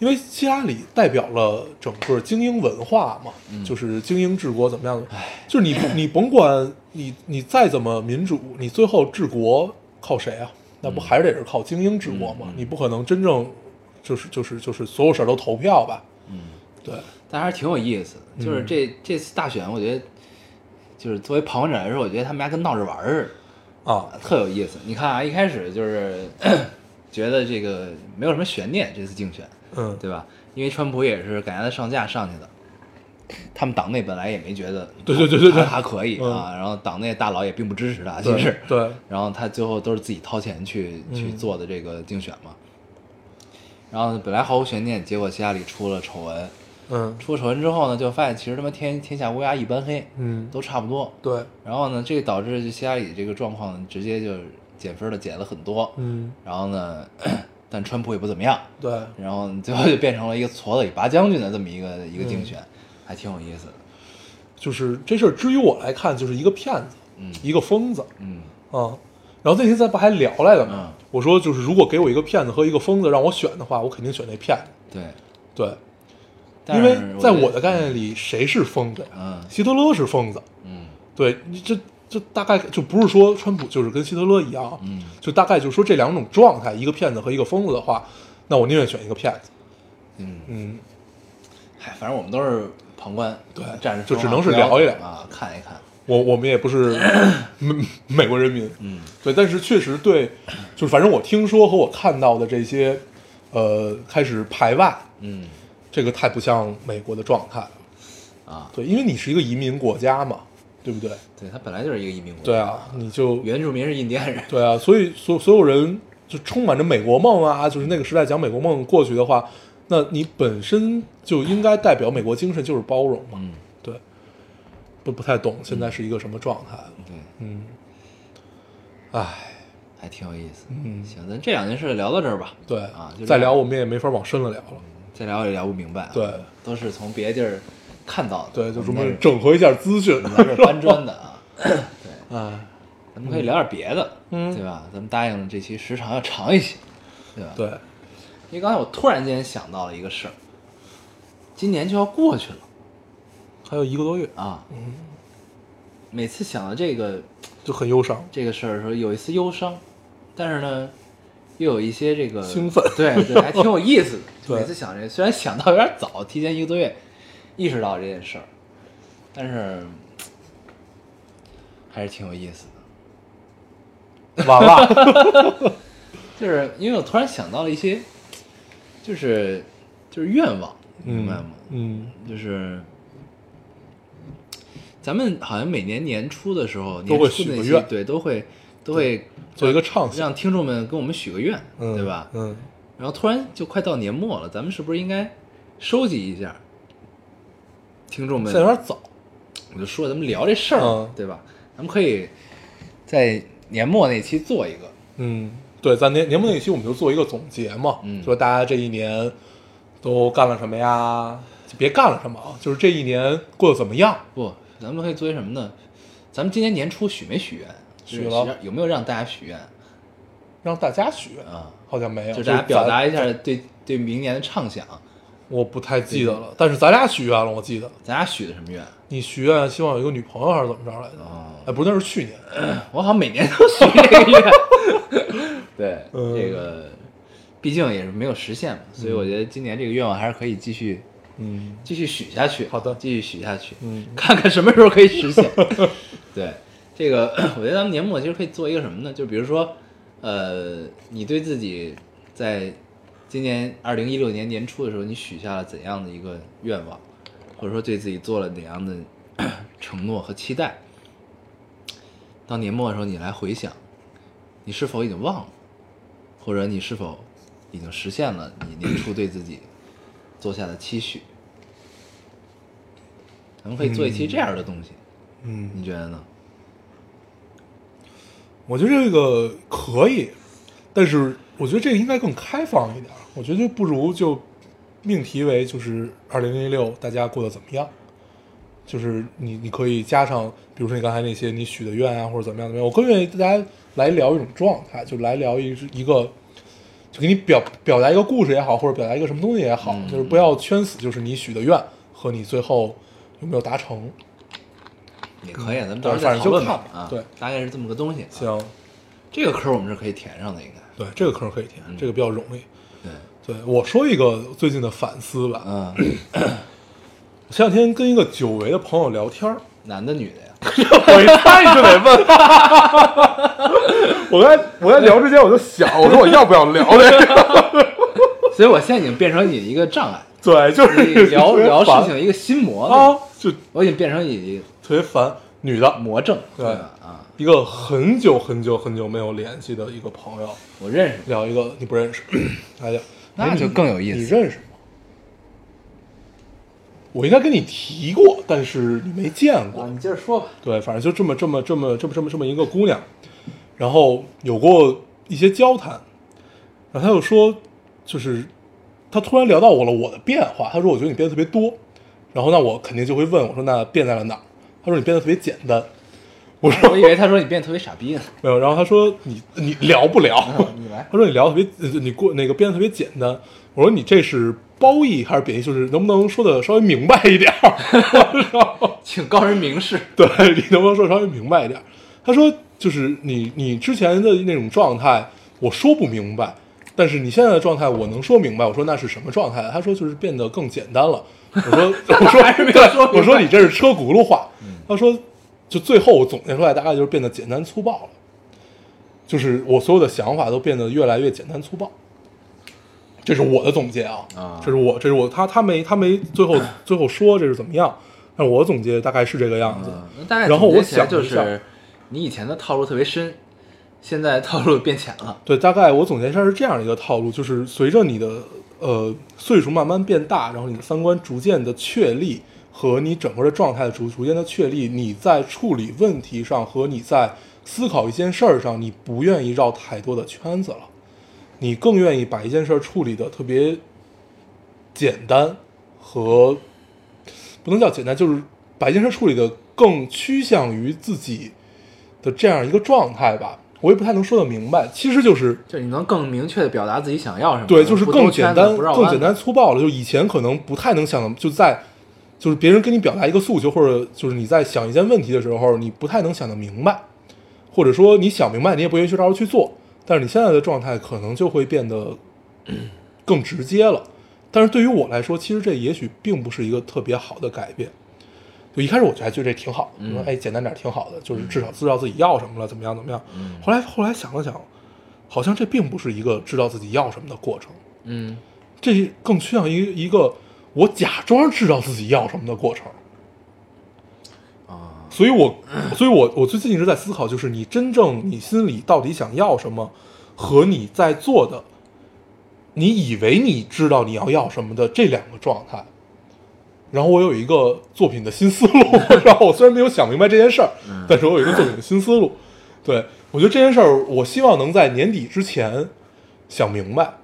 D: 因为希拉里代表了整个精英文化嘛，
C: 嗯
D: 就是精英治国怎么样的，就是你你甭管你你再怎么民主，你最后治国靠谁啊？那
C: 嗯
D: 不还是得是靠精英治国嘛？你不可能真正就是就是就是所有事儿都投票吧？
C: 嗯，
D: 对，
C: 但还是挺有意思的。
D: 嗯
C: 就是这、这次大选，我觉得就是作为旁观者来说，我觉得他们家跟闹着玩儿似的。
D: 啊，
C: 特有意思。你看啊，一开始就是 [clears throat] 觉得这个没有什么悬念，这次竞选，
D: 嗯，
C: 对吧？因为川普也是赶上他上架上去的，他们党内本来也没觉得
D: 对对对对对嗯
C: 他他可以啊，然后党内大佬也并不支持他，其
D: 对
C: 实
D: 对，
C: 然后他最后都是自己掏钱去
D: 嗯
C: 去做的这个竞选嘛。然后本来毫无悬念，结果希拉里出了丑闻，
D: 嗯
C: 出丑闻之后呢，就发现其实他妈天天下乌鸦一般黑，
D: 嗯，
C: 都差不多。
D: 对，
C: 然后呢，这导致就希拉里这个状况直接就减分了，减了很多。
D: 嗯
C: 然后呢， [clears throat] 但川普也不怎么样，
D: 对，
C: 然后最后就变成了一个矬子里拔将军的这么一个
D: 嗯
C: 一个竞选，还挺有意思的。
D: 就是这事儿，至于我来看，就是一个骗子，
C: 嗯
D: 一个疯子，
C: 嗯
D: 啊。然后那天咱不还聊来了吗？
C: 嗯
D: 我说就是如果给我一个骗子和一个疯子让我选的话，我肯定选那骗子。
C: 对，
D: 对，
C: 但
D: 因
C: 是
D: 为在我
C: 觉
D: 的
C: 得
D: 概念里，谁是疯子呀？
C: 嗯
D: 希特勒是疯子。
C: 嗯
D: 对，你这就大概就不是说川普就是跟希特勒一样，
C: 嗯，
D: 就大概就说这两种状态，一个骗子和一个疯子的话，那我宁愿选一个骗子。
C: 嗯，
D: 嗯，
C: 嗨，反正我们都是旁观，
D: 对
C: 站着
D: 就
C: 说
D: 只
C: 话
D: 能是
C: 不腰
D: 聊一
C: 疼
D: 聊
C: 啊，看一看，
D: 我我们也
C: [laughs]
D: 不是美美国人民，
C: 嗯，
D: 对，但是确实对，就是反正我听说和我看到的这些，呃，开始排外，
C: 嗯
D: 这个太不像美国的状态了。
C: 啊，
D: 对，因为你是一个移民国家嘛，对不对？
C: 对他本来就是一个移民国，
D: 对，啊，你就
C: 原住民是印第安人，
D: 对啊，所以所所有人就充满着美国梦啊，就是那个时代讲美国梦过去的话，那你本身就应该代表美国精神，就是包容嘛。
C: 嗯，
D: 对，不不太懂现在是一个什么状态。
C: 对，
D: 嗯，唉，
C: 还挺有意思。
D: 嗯，
C: 行，咱这两件事聊到这儿吧。
D: 对
C: 啊，就这样
D: 再聊我们也没法往深了聊了。
C: 再聊也聊不明白、啊。
D: 对，
C: 都是从别的地儿看到的。
D: 对，就
C: 我们
D: 准
C: 在
D: 备
C: 这
D: 整合一下资讯
C: 我。们在这儿搬砖的
D: [laughs]
C: 啊。
D: 唉，
C: 咱们可以聊点别的，
D: 嗯
C: 对吧？咱们答应这期时长要长一些，对吧？。
D: [laughs] 对，
C: 因为刚才我突然间想到了一个事儿，今年就要过去了
D: 还有一个多月，
C: 啊。
D: 嗯
C: 每次想到这个
D: 就很忧伤。
C: 这个事儿的时候，有一丝忧伤，但是呢，又有一些这个
D: 兴奋
C: [laughs] 对对，还挺有意思的。
D: [laughs] 对
C: 每次想这，虽然想到有点早，提前一个多月意识到这件事儿，但是还是挺有意思的。
D: 娃娃，
C: 就是因为我突然想到了一些，就是就是愿望，明白吗？
D: 嗯，
C: 就是咱们好像每年年初的时候，
D: 都
C: 年
D: 会
C: 初
D: 许
C: 那
D: 个
C: 期
D: 愿
C: 对，都会都会
D: 做一个畅想，
C: 让听众们跟我们许个愿，
D: 嗯，
C: 对吧？
D: 嗯，
C: 然后突然就快到年末了，咱们是不是应该收集一下听众们
D: 现？在有点早。
C: 我就说咱们聊这事儿嘛
D: 嗯，
C: 对吧？咱们可以在年末那期做一个，
D: 嗯，对，咱年年末那期我们就做一个总结嘛，
C: 嗯
D: 说大家这一年都干了什么呀？就别干了什么啊，就是这一年过得怎么样？
C: 不，咱们可以做一什么呢？咱们今年年初许没许愿？就是
D: 许了
C: 有没有让大家许愿
D: 让大家许愿，
C: 啊？
D: 好像没有，
C: 就
D: 就
C: 大家
D: 是
C: 表
D: 咱，
C: 达一下对对明年的畅想。
D: 我不太记得了，但是咱俩许愿了，我记得
C: 咱俩许的什么愿？
D: 你许愿希望有一个女朋友还是怎么着来着？
C: 哦
D: 哎，不是，那是去年，
C: 我好像每年都许这个愿。
D: [laughs]
C: 对，
D: 嗯
C: 这个毕竟也是没有实现嘛，所以我觉得今年这个愿望还是可以继续
D: 嗯，
C: 继续许下去。
D: 好的
C: 继续许下去，
D: 嗯
C: [laughs] 看看什么时候可以实现。对，这个我觉得咱们年末其实可以做一个什么呢？就比如说，呃，你对自己在今年二零一六年年初的时候，你许下了怎样的一个愿望，或者说对自己做了怎样的 [coughs] 承诺和期待？到年末的时候，你来回想，你是否已经忘了，或者你是否已经实现了你年初对自己做下的期许？咱们可以做一期这样的东西，
D: 嗯
C: 你觉得呢？
D: 我觉得这个可以，但是我觉得这个应该更开放一点儿。我觉得不如就命题为就是二零一六大家过得怎么样，就是你你可以加上，比如说你刚才那些你许的愿啊，或者怎么样怎么样。我更愿意大家来聊一种状态，就来聊一一个，就给你表表达一个故事也好，或者表达一个什么东西也好，
C: 嗯
D: 就是不要圈死，就是你许的愿和你最后有没有达成。
C: 也可以，咱们
D: 对
C: 到时候再
D: 反正
C: 讨
D: 就
C: 论
D: 看吧
C: 啊。
D: 对，
C: 大概是这么个东西。，啊
D: 行，
C: 这个坑我们是可以填上的，应该。
D: 对，这个坑可以填，这个比较容易。
C: 嗯对，
D: 对，我说一个最近的反思吧。
C: [coughs] 嗯，
D: 我前两天跟一个久违的朋友聊天儿，
C: 男的女的呀？
D: 我一猜你就得问。我刚才我在聊之前我就想，我说我要不要聊这个？
C: 所以我现在已经变成你一个障 [laughs] 碍，
D: 对，就是
C: 你聊
D: 特别
C: 聊
D: 烦
C: 事情一个心魔
D: 啊，就
C: 我已经变成你
D: 特别烦。女的，
C: 魔怔，
D: 对
C: 吧？啊，
D: 一个很久很久很久没有联系的一个朋友，
C: 我认识你，
D: 聊一个你不认识，哎呀，
C: 那就更有
D: 你
C: 意思。
D: 认识吗？我应该跟你提过，但是你没见过
C: 啊，。你接着说吧。
D: 对，反正就这么这么这么这么这么这么一个姑娘，然后有过一些交谈，然后她就说，就是她突然聊到我了我的变化，她说我觉得你变得特别多，然后那我肯定就会问我说那变在了哪儿？她说你变得特别简单，我说
C: 我以为他说你变得特别傻逼呢。
D: 没有，然后她说你你聊不聊？
C: [laughs] 你来，
D: [laughs] 她说你聊得特别，呃你过那个变得特别简单。我说你这是褒义还是贬义？就是能不能说的稍微明白一点儿？然后 [laughs]
C: 请高人明示。
D: 对你能不能说稍微明白一点儿？他说就是你你之前的那种状态，我说不明白，但是你现在的状态我能说明白。我说那是什么状态？他说就是变得更简单了。我说
C: [laughs]
D: 我说
C: 还是没有
D: 对
C: 说明白嗯
D: 我说你这是车轱辘话。他说就最后我总结出来，大概就是变得简单粗暴了，就是我所有的想法都变得越来越简单粗暴。这是我的总结啊，
C: 啊
D: 这是我，这是我，他他没他没最后最后说这是怎么样，但是我总结大概是这个样子。
C: 嗯，那大概
D: 然后
C: 总结
D: 我
C: 起来
D: 想
C: 就
D: 了一下
C: 是，你以前的套路特别深，现在套路变浅了。
D: 对，大概我总结一下是这样一个套路，就是随着你的呃岁数慢慢变大，然后你的三观逐渐的确立和你整个的状态逐逐渐的确立，你在处理问题上和你在思考一件事儿上，你不愿意绕太多的圈子了，你更愿意把一件事儿处理的特别简单和不能叫简单，就是把一件事处理的更趋向于自己的这样一个状态吧。我也不太能说得明白，其实就是
C: 就是你能更明确的表达自己想要什么，
D: 对，就是
C: 不兜
D: 更
C: 圈
D: 简
C: 子
D: 单、
C: 不绕
D: 更
C: 弯
D: 简
C: 子
D: 单粗暴了。就以前可能不太能想到，就在就是别人跟你表达一个诉求，或者就是你在想一件问题的时候，你不太能想得明白，或者说你想明白，你也不愿意去照着去做。但是你现在的状态可能就会变得 [clears throat] 更直接了。但是对于我来说，其实这也许并不是一个特别好的改变。就一开始我就还觉得这挺好
C: 嗯
D: 的，我说哎简单点儿挺好的，就是至少知道自己要什么了，怎么样怎么样。
C: 嗯
D: 后来后来想了想，好像这并不是一个知道自己要什么的过程。
C: 嗯，
D: 这更趋向于一个我假装知道自己要什么的过程。
C: 啊，
D: 所以我，所以我，我最近一直在思考，就是你真正你心里到底想要什么，和你在做的，你以为你知道你要要什么的这两个状态。然后我有一个作品的新思路， [laughs] 然后我虽然没有想明白这件事儿，但是我有一个作品的新思路。对我觉得这件事儿，我希望能在年底之前想明白。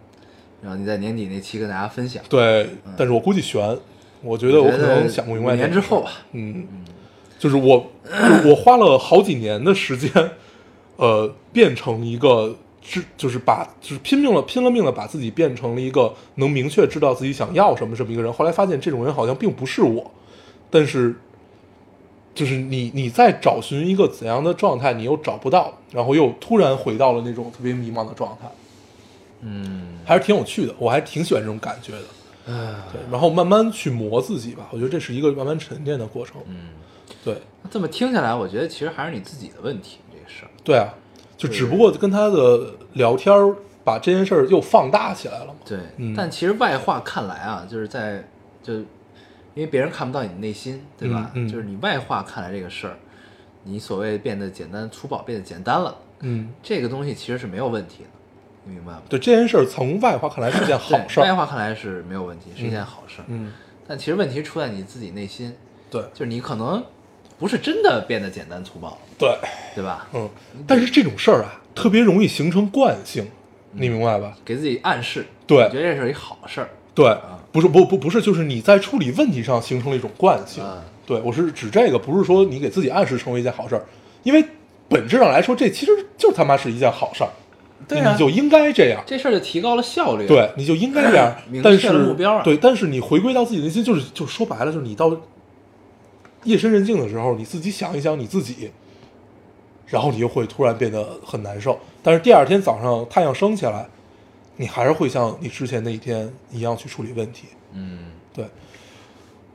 C: 然后你在年底那期跟大家分享，
D: 对，但是我估计悬，我觉得我可能想不明
C: 五
D: 白这
C: 年
D: 个
C: 之
D: 事儿
C: 后吧，
D: 嗯，就是我我花了好几年的时间，呃，变成一个知，就是把就是拼命了拼了命的把自己变成了一个能明确知道自己想要什么这么一个人。后来发现这种人好像并不是我，但是就是你你在找寻一个怎样的状态，你又找不到，然后又突然回到了那种特别迷茫的状态，
C: 嗯，
D: 还是挺有趣的，我还挺喜欢这种感觉的。
C: 啊，
D: 对，然后慢慢去磨自己吧，我觉得这是一个慢慢沉淀的过程。
C: 嗯，
D: 对，
C: 这么听下来，我觉得其实还是你自己的问题，这个事儿，
D: 对啊，就只不过跟他的聊天儿把这件事儿又放大起来了嘛。
C: 对，
D: 嗯
C: 但其实外化看来啊，就是在就因为别人看不到你内心，对吧？
D: 嗯嗯
C: 就是你外化看来这个事儿，你所谓变得简单粗暴，变得简单了，
D: 嗯，
C: 这个东西其实是没有问题的，你明白吗？
D: 对，这件事儿从外化看来是件
C: [laughs]
D: 好事
C: 对外
D: 儿。
C: 化看来是没有问题，是一件好事儿。
D: 嗯，
C: 但其实问题出在你自己内心，
D: 对
C: 就是你可能不是真的变得简单粗暴了，
D: 对，
C: 对吧？
D: 嗯，但是这种事儿啊，特别容易形成惯性，
C: 嗯
D: 你明白吧？
C: 给自己暗示，
D: 对
C: 我觉得这是一好事儿。
D: 对，
C: 啊
D: 不是不不不是，就是你在处理问题上形成了一种惯性。
C: 嗯
D: 对我是指这个，不是说你给自己暗示成为一件好事儿，因为本质上来说，这其实就是他妈是一件好事儿。
C: 对啊
D: 你就应该这样。
C: 这事儿就提高了效率。
D: 对，，你就应该这样
C: [laughs] 明。确
D: 但是
C: 了目标啊
D: 对，但是你回归到自己内心，就是就说白了，就是你到夜深人静的时候，你自己想一想你自己，然后你又会突然变得很难受。但是第二天早上太阳升起来，你还是会像你之前那一天一样去处理问题。
C: 嗯，
D: 对，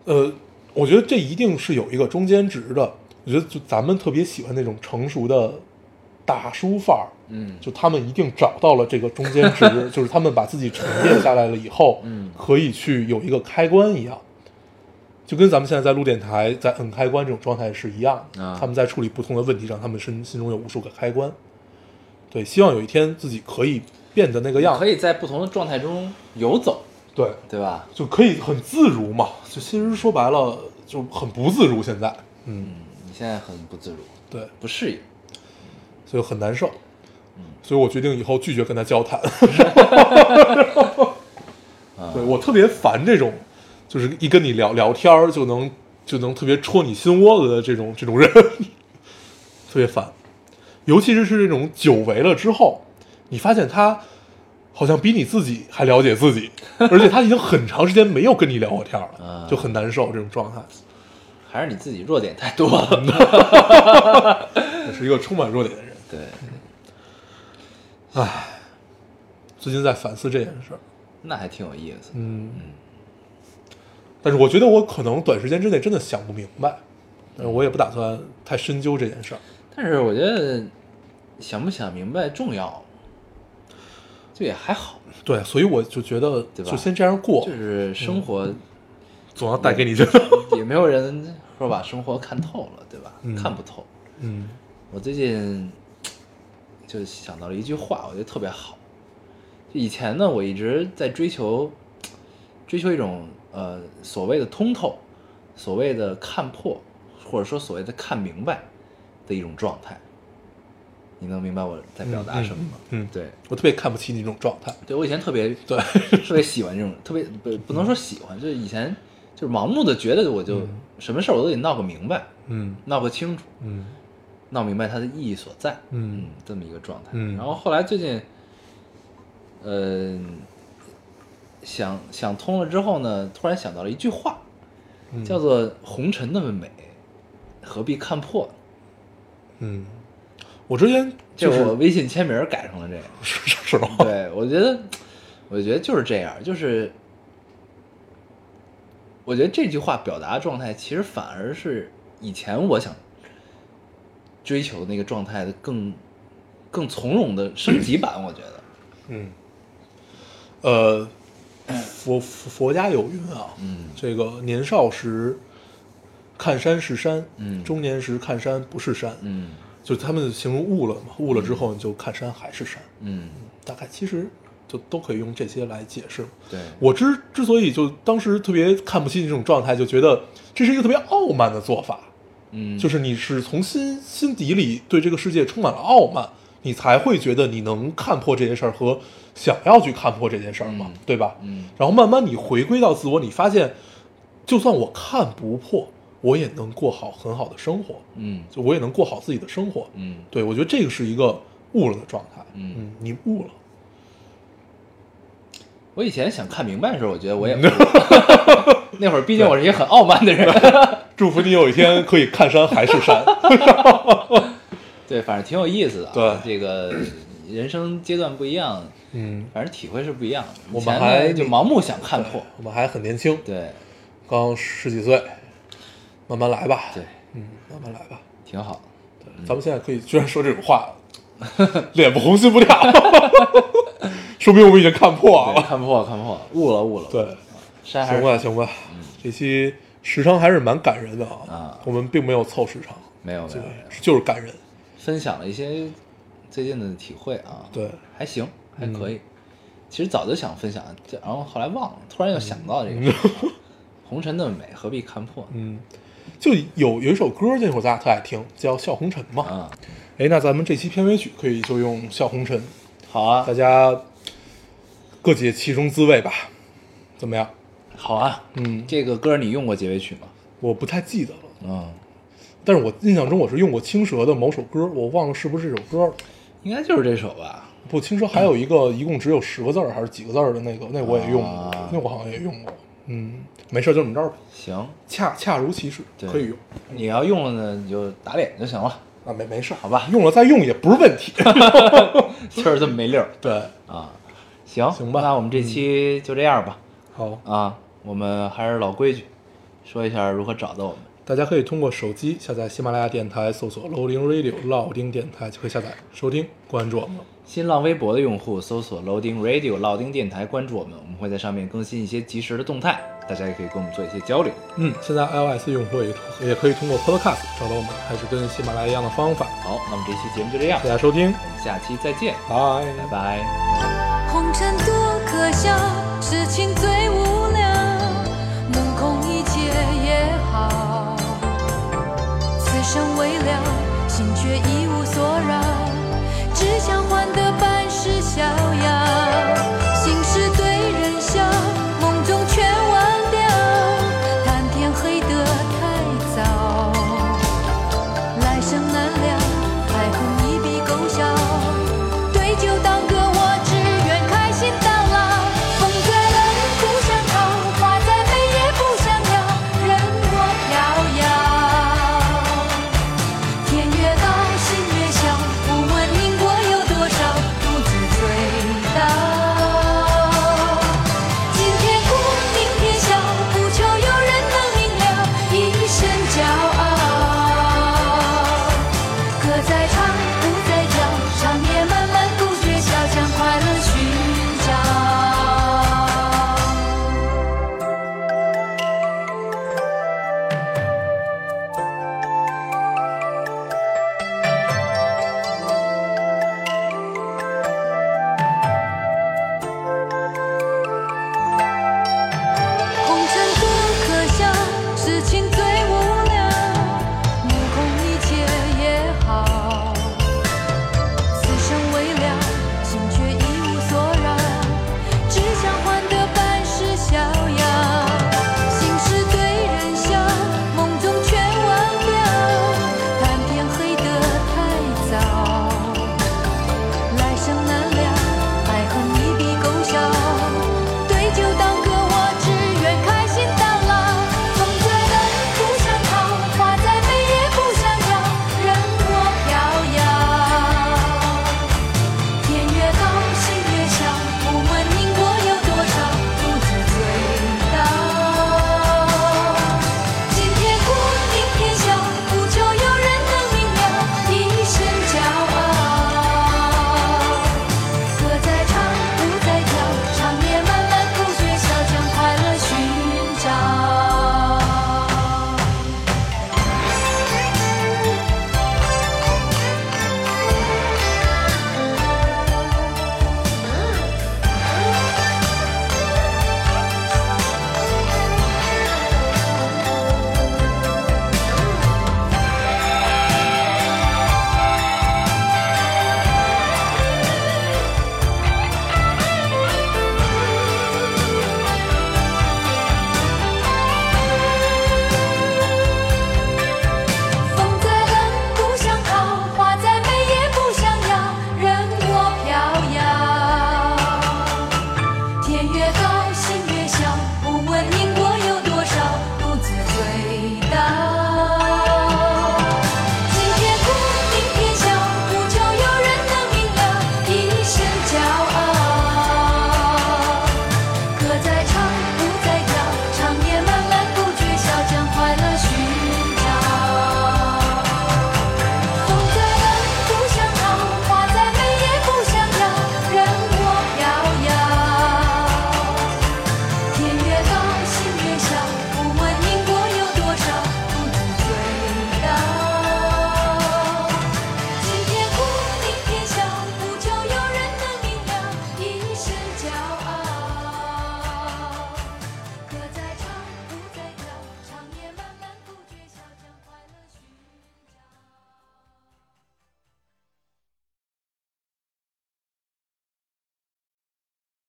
D: 呃，我觉得这一定是有一个中间值的。我觉得就咱们特别喜欢那种成熟的大叔范儿，
C: 嗯
D: 就他们一定找到了这个中间
C: [laughs]
D: 值，就是他们把自己沉淀下来了以后，
C: 嗯
D: 可以去有一个开关一样，就跟咱们现在在录电台、在摁开关这种状态是一样的。
C: 啊
D: 他们在处理不同的问题上，他们身心中有无数个开关。对，希望有一天自己可以变得那个样
C: 可
D: 子，
C: 以在不同的状态中游走，
D: 对，
C: 对吧？
D: 就可以很自如嘛。就其实说白了，就很不自如。现在，嗯，
C: 你现在很不自如，
D: 对，
C: 不适应。
D: 所以很难受。所以我决定以后拒绝跟他交谈。对我特别烦这种，就是一跟你聊聊天儿就能就能特别戳你心窝子的这种这种人， [laughs] 特别烦。尤其是是这种久违了之后，你发现他好像比你自己还了解自己，而且他已经很长时间没有跟你聊过天儿了，就很难受这种状态。
C: 还还是你自己弱点太多
D: [laughs] 嗯
C: 了。
D: 我是一个充满弱点的人。
C: 对，
D: 最近在反思这件事儿，
C: 那还挺有意思。
D: 嗯，但是我觉得我可能短时间之内真的想不明白，但是我也不打算太深究这件事儿。
C: 但是我觉得想不想明白重要，就也还好，
D: 对，所以我就觉得
C: 对吧
D: 就先这样过
C: 就，是
D: 嗯
C: 生活
D: 总要带给你这 [laughs] 个。
C: 也没有人说把生活看透了，对吧？
D: 嗯
C: 看不透。
D: 嗯，
C: 我最近就想到了一句话，我觉得特别好。就以前呢，我一直在追求追求一种呃所谓的通透，所谓的看破，或者说所谓的看明白的一种状态。你能明白我在表达什么吗？
D: 嗯，嗯，
C: 对，
D: 我特别看不起你这种状态。
C: 对我以前特别
D: 对，
C: [laughs] 特别喜欢这种，特别不不能说喜欢，就是以前就是盲目的觉得我就什么事儿我都得闹个明白，
D: 嗯
C: 闹个清楚，
D: 嗯
C: 闹明白它的意义所在。嗯
D: 嗯，，
C: 这么一个状态。
D: 嗯
C: 然后后来最近，呃，想想通了之后呢，突然想到了一句话，
D: 嗯
C: 叫做“红尘那么美，何必看破呢
D: 嗯，我之前”。就
C: 这
D: 是哦
C: 我微信签名改成了这个。
D: 是是是吧？
C: 对，我觉得，我觉得就是这样，就是，我觉得这句话表达的状态，其实反而是以前我想追求的那个状态的更更从容的升级版，我觉得。
D: 嗯，呃，佛佛佛家有云啊，
C: 嗯
D: 这个年少时看山是山，
C: 嗯
D: 中年时看山不是山，
C: 嗯
D: 就是他们形容悟了嘛，悟了之后你就看山还是山，
C: 嗯，
D: 大概其实就都可以用这些来解释。
C: 对，
D: 我之之所以就当时特别看不起你这种状态，就觉得这是一个特别傲慢的做法，
C: 嗯
D: 就是你是从心心底里对这个世界充满了傲慢，你才会觉得你能看破这些事儿和想要去看破这件事儿嘛，
C: 嗯
D: 对吧？
C: 嗯
D: 然后慢慢你回归到自我，你发现，就算我看不破，我也能过好很好的生活，
C: 嗯
D: 就我也能过好自己的生活。
C: 嗯
D: 对我觉得这个是一个悟了的状态。
C: 嗯
D: 你悟了，
C: 我以前想看明白的时候，我觉得
D: [laughs]
C: 我也那会儿，毕竟我是一个很傲慢的人。
D: 祝福你有一天可以看山还是山。
C: [laughs] 对，反正挺有意思的、啊。
D: 对
C: 这个人生阶段不一样，
D: 嗯，
C: 反正体会是不一样的。
D: 我们
C: 以前呢
D: 还
C: 就盲目想看破，
D: 我们还很年轻，
C: 对
D: 刚十几岁，慢慢来吧。
C: 对，嗯
D: 嗯，慢慢来吧。
C: 挺好。
D: 咱们现在可以居然说这种话，脸不红心不跳， [laughs] 说明我们已经看破
C: 对
D: 了。
C: 看破看破，悟了悟了。
D: 对，
C: 山还
D: 行
C: 是
D: 吧行吧，这期时长还是蛮感人的
C: 啊
D: 我们并没有凑时长，
C: 没有没有
D: 对
C: 没有，，
D: 就是感人。
C: 分享了一些最近的体会啊。
D: 对，
C: 还行，还可以。其实早就想分享，这然后后来忘了，突然又想到这个。 [laughs] 红尘那么美，何必看破呢？
D: 嗯，就有有一首歌，那会儿咱俩特爱听，叫《笑红尘》嘛。
C: 啊，
D: 哎，那咱们这期片尾曲可以就用《笑红尘》，
C: 好啊
D: 大，家各解其中滋味吧，怎么样？
C: 好啊，
D: 嗯，
C: 这个歌你用过结尾曲吗？
D: 我不太记得了。
C: 嗯，
D: 但是我印象中我是用过青蛇的某首歌，我忘了是不是这首歌了。
C: 应该就是这首吧。
D: 不，青蛇还有一个一共只有十个字儿还是几个字儿的那个，那我也用过，
C: 啊
D: 那我好像也用过。嗯，没事，就这么着吧，
C: 行，
D: 恰恰如其是，
C: 对
D: 可以用
C: 你要用了呢，你就打脸就行 [laughs] 了，
D: 啊，没没事，
C: 好吧？
D: 用了再用也不
C: [laughs]
D: 是问题。
C: 就是这么没溜儿
D: 对，
C: 啊。行，嗯
D: 行吧
C: 那我们这期就这样吧。
D: 好，
C: 啊，我们还是老规矩，说一下如何找到我们。
D: 大家可以通过手机下载喜马拉雅电台，搜索 Loading Radio 老丁电台就可以下载收听，关注我们了。
C: 新浪微博的用户搜索 Loading Radio 老丁电台，关注我们，我们会在上面更新一些及时的动态，大家也可以跟我们做一些交流。
D: 嗯，现在 iOS 用户也也可以通过 Podcast 找到我们，还是跟喜马拉雅一样的方法。
C: 好，那么这期节目就这样
D: 大，家收听，
C: 我们下期再见，
D: 拜
C: 拜拜。
E: 红尘多可笑，痴情最无聊，能空一切也好。此生未了，心却已无所扰，只想换得半世逍遥。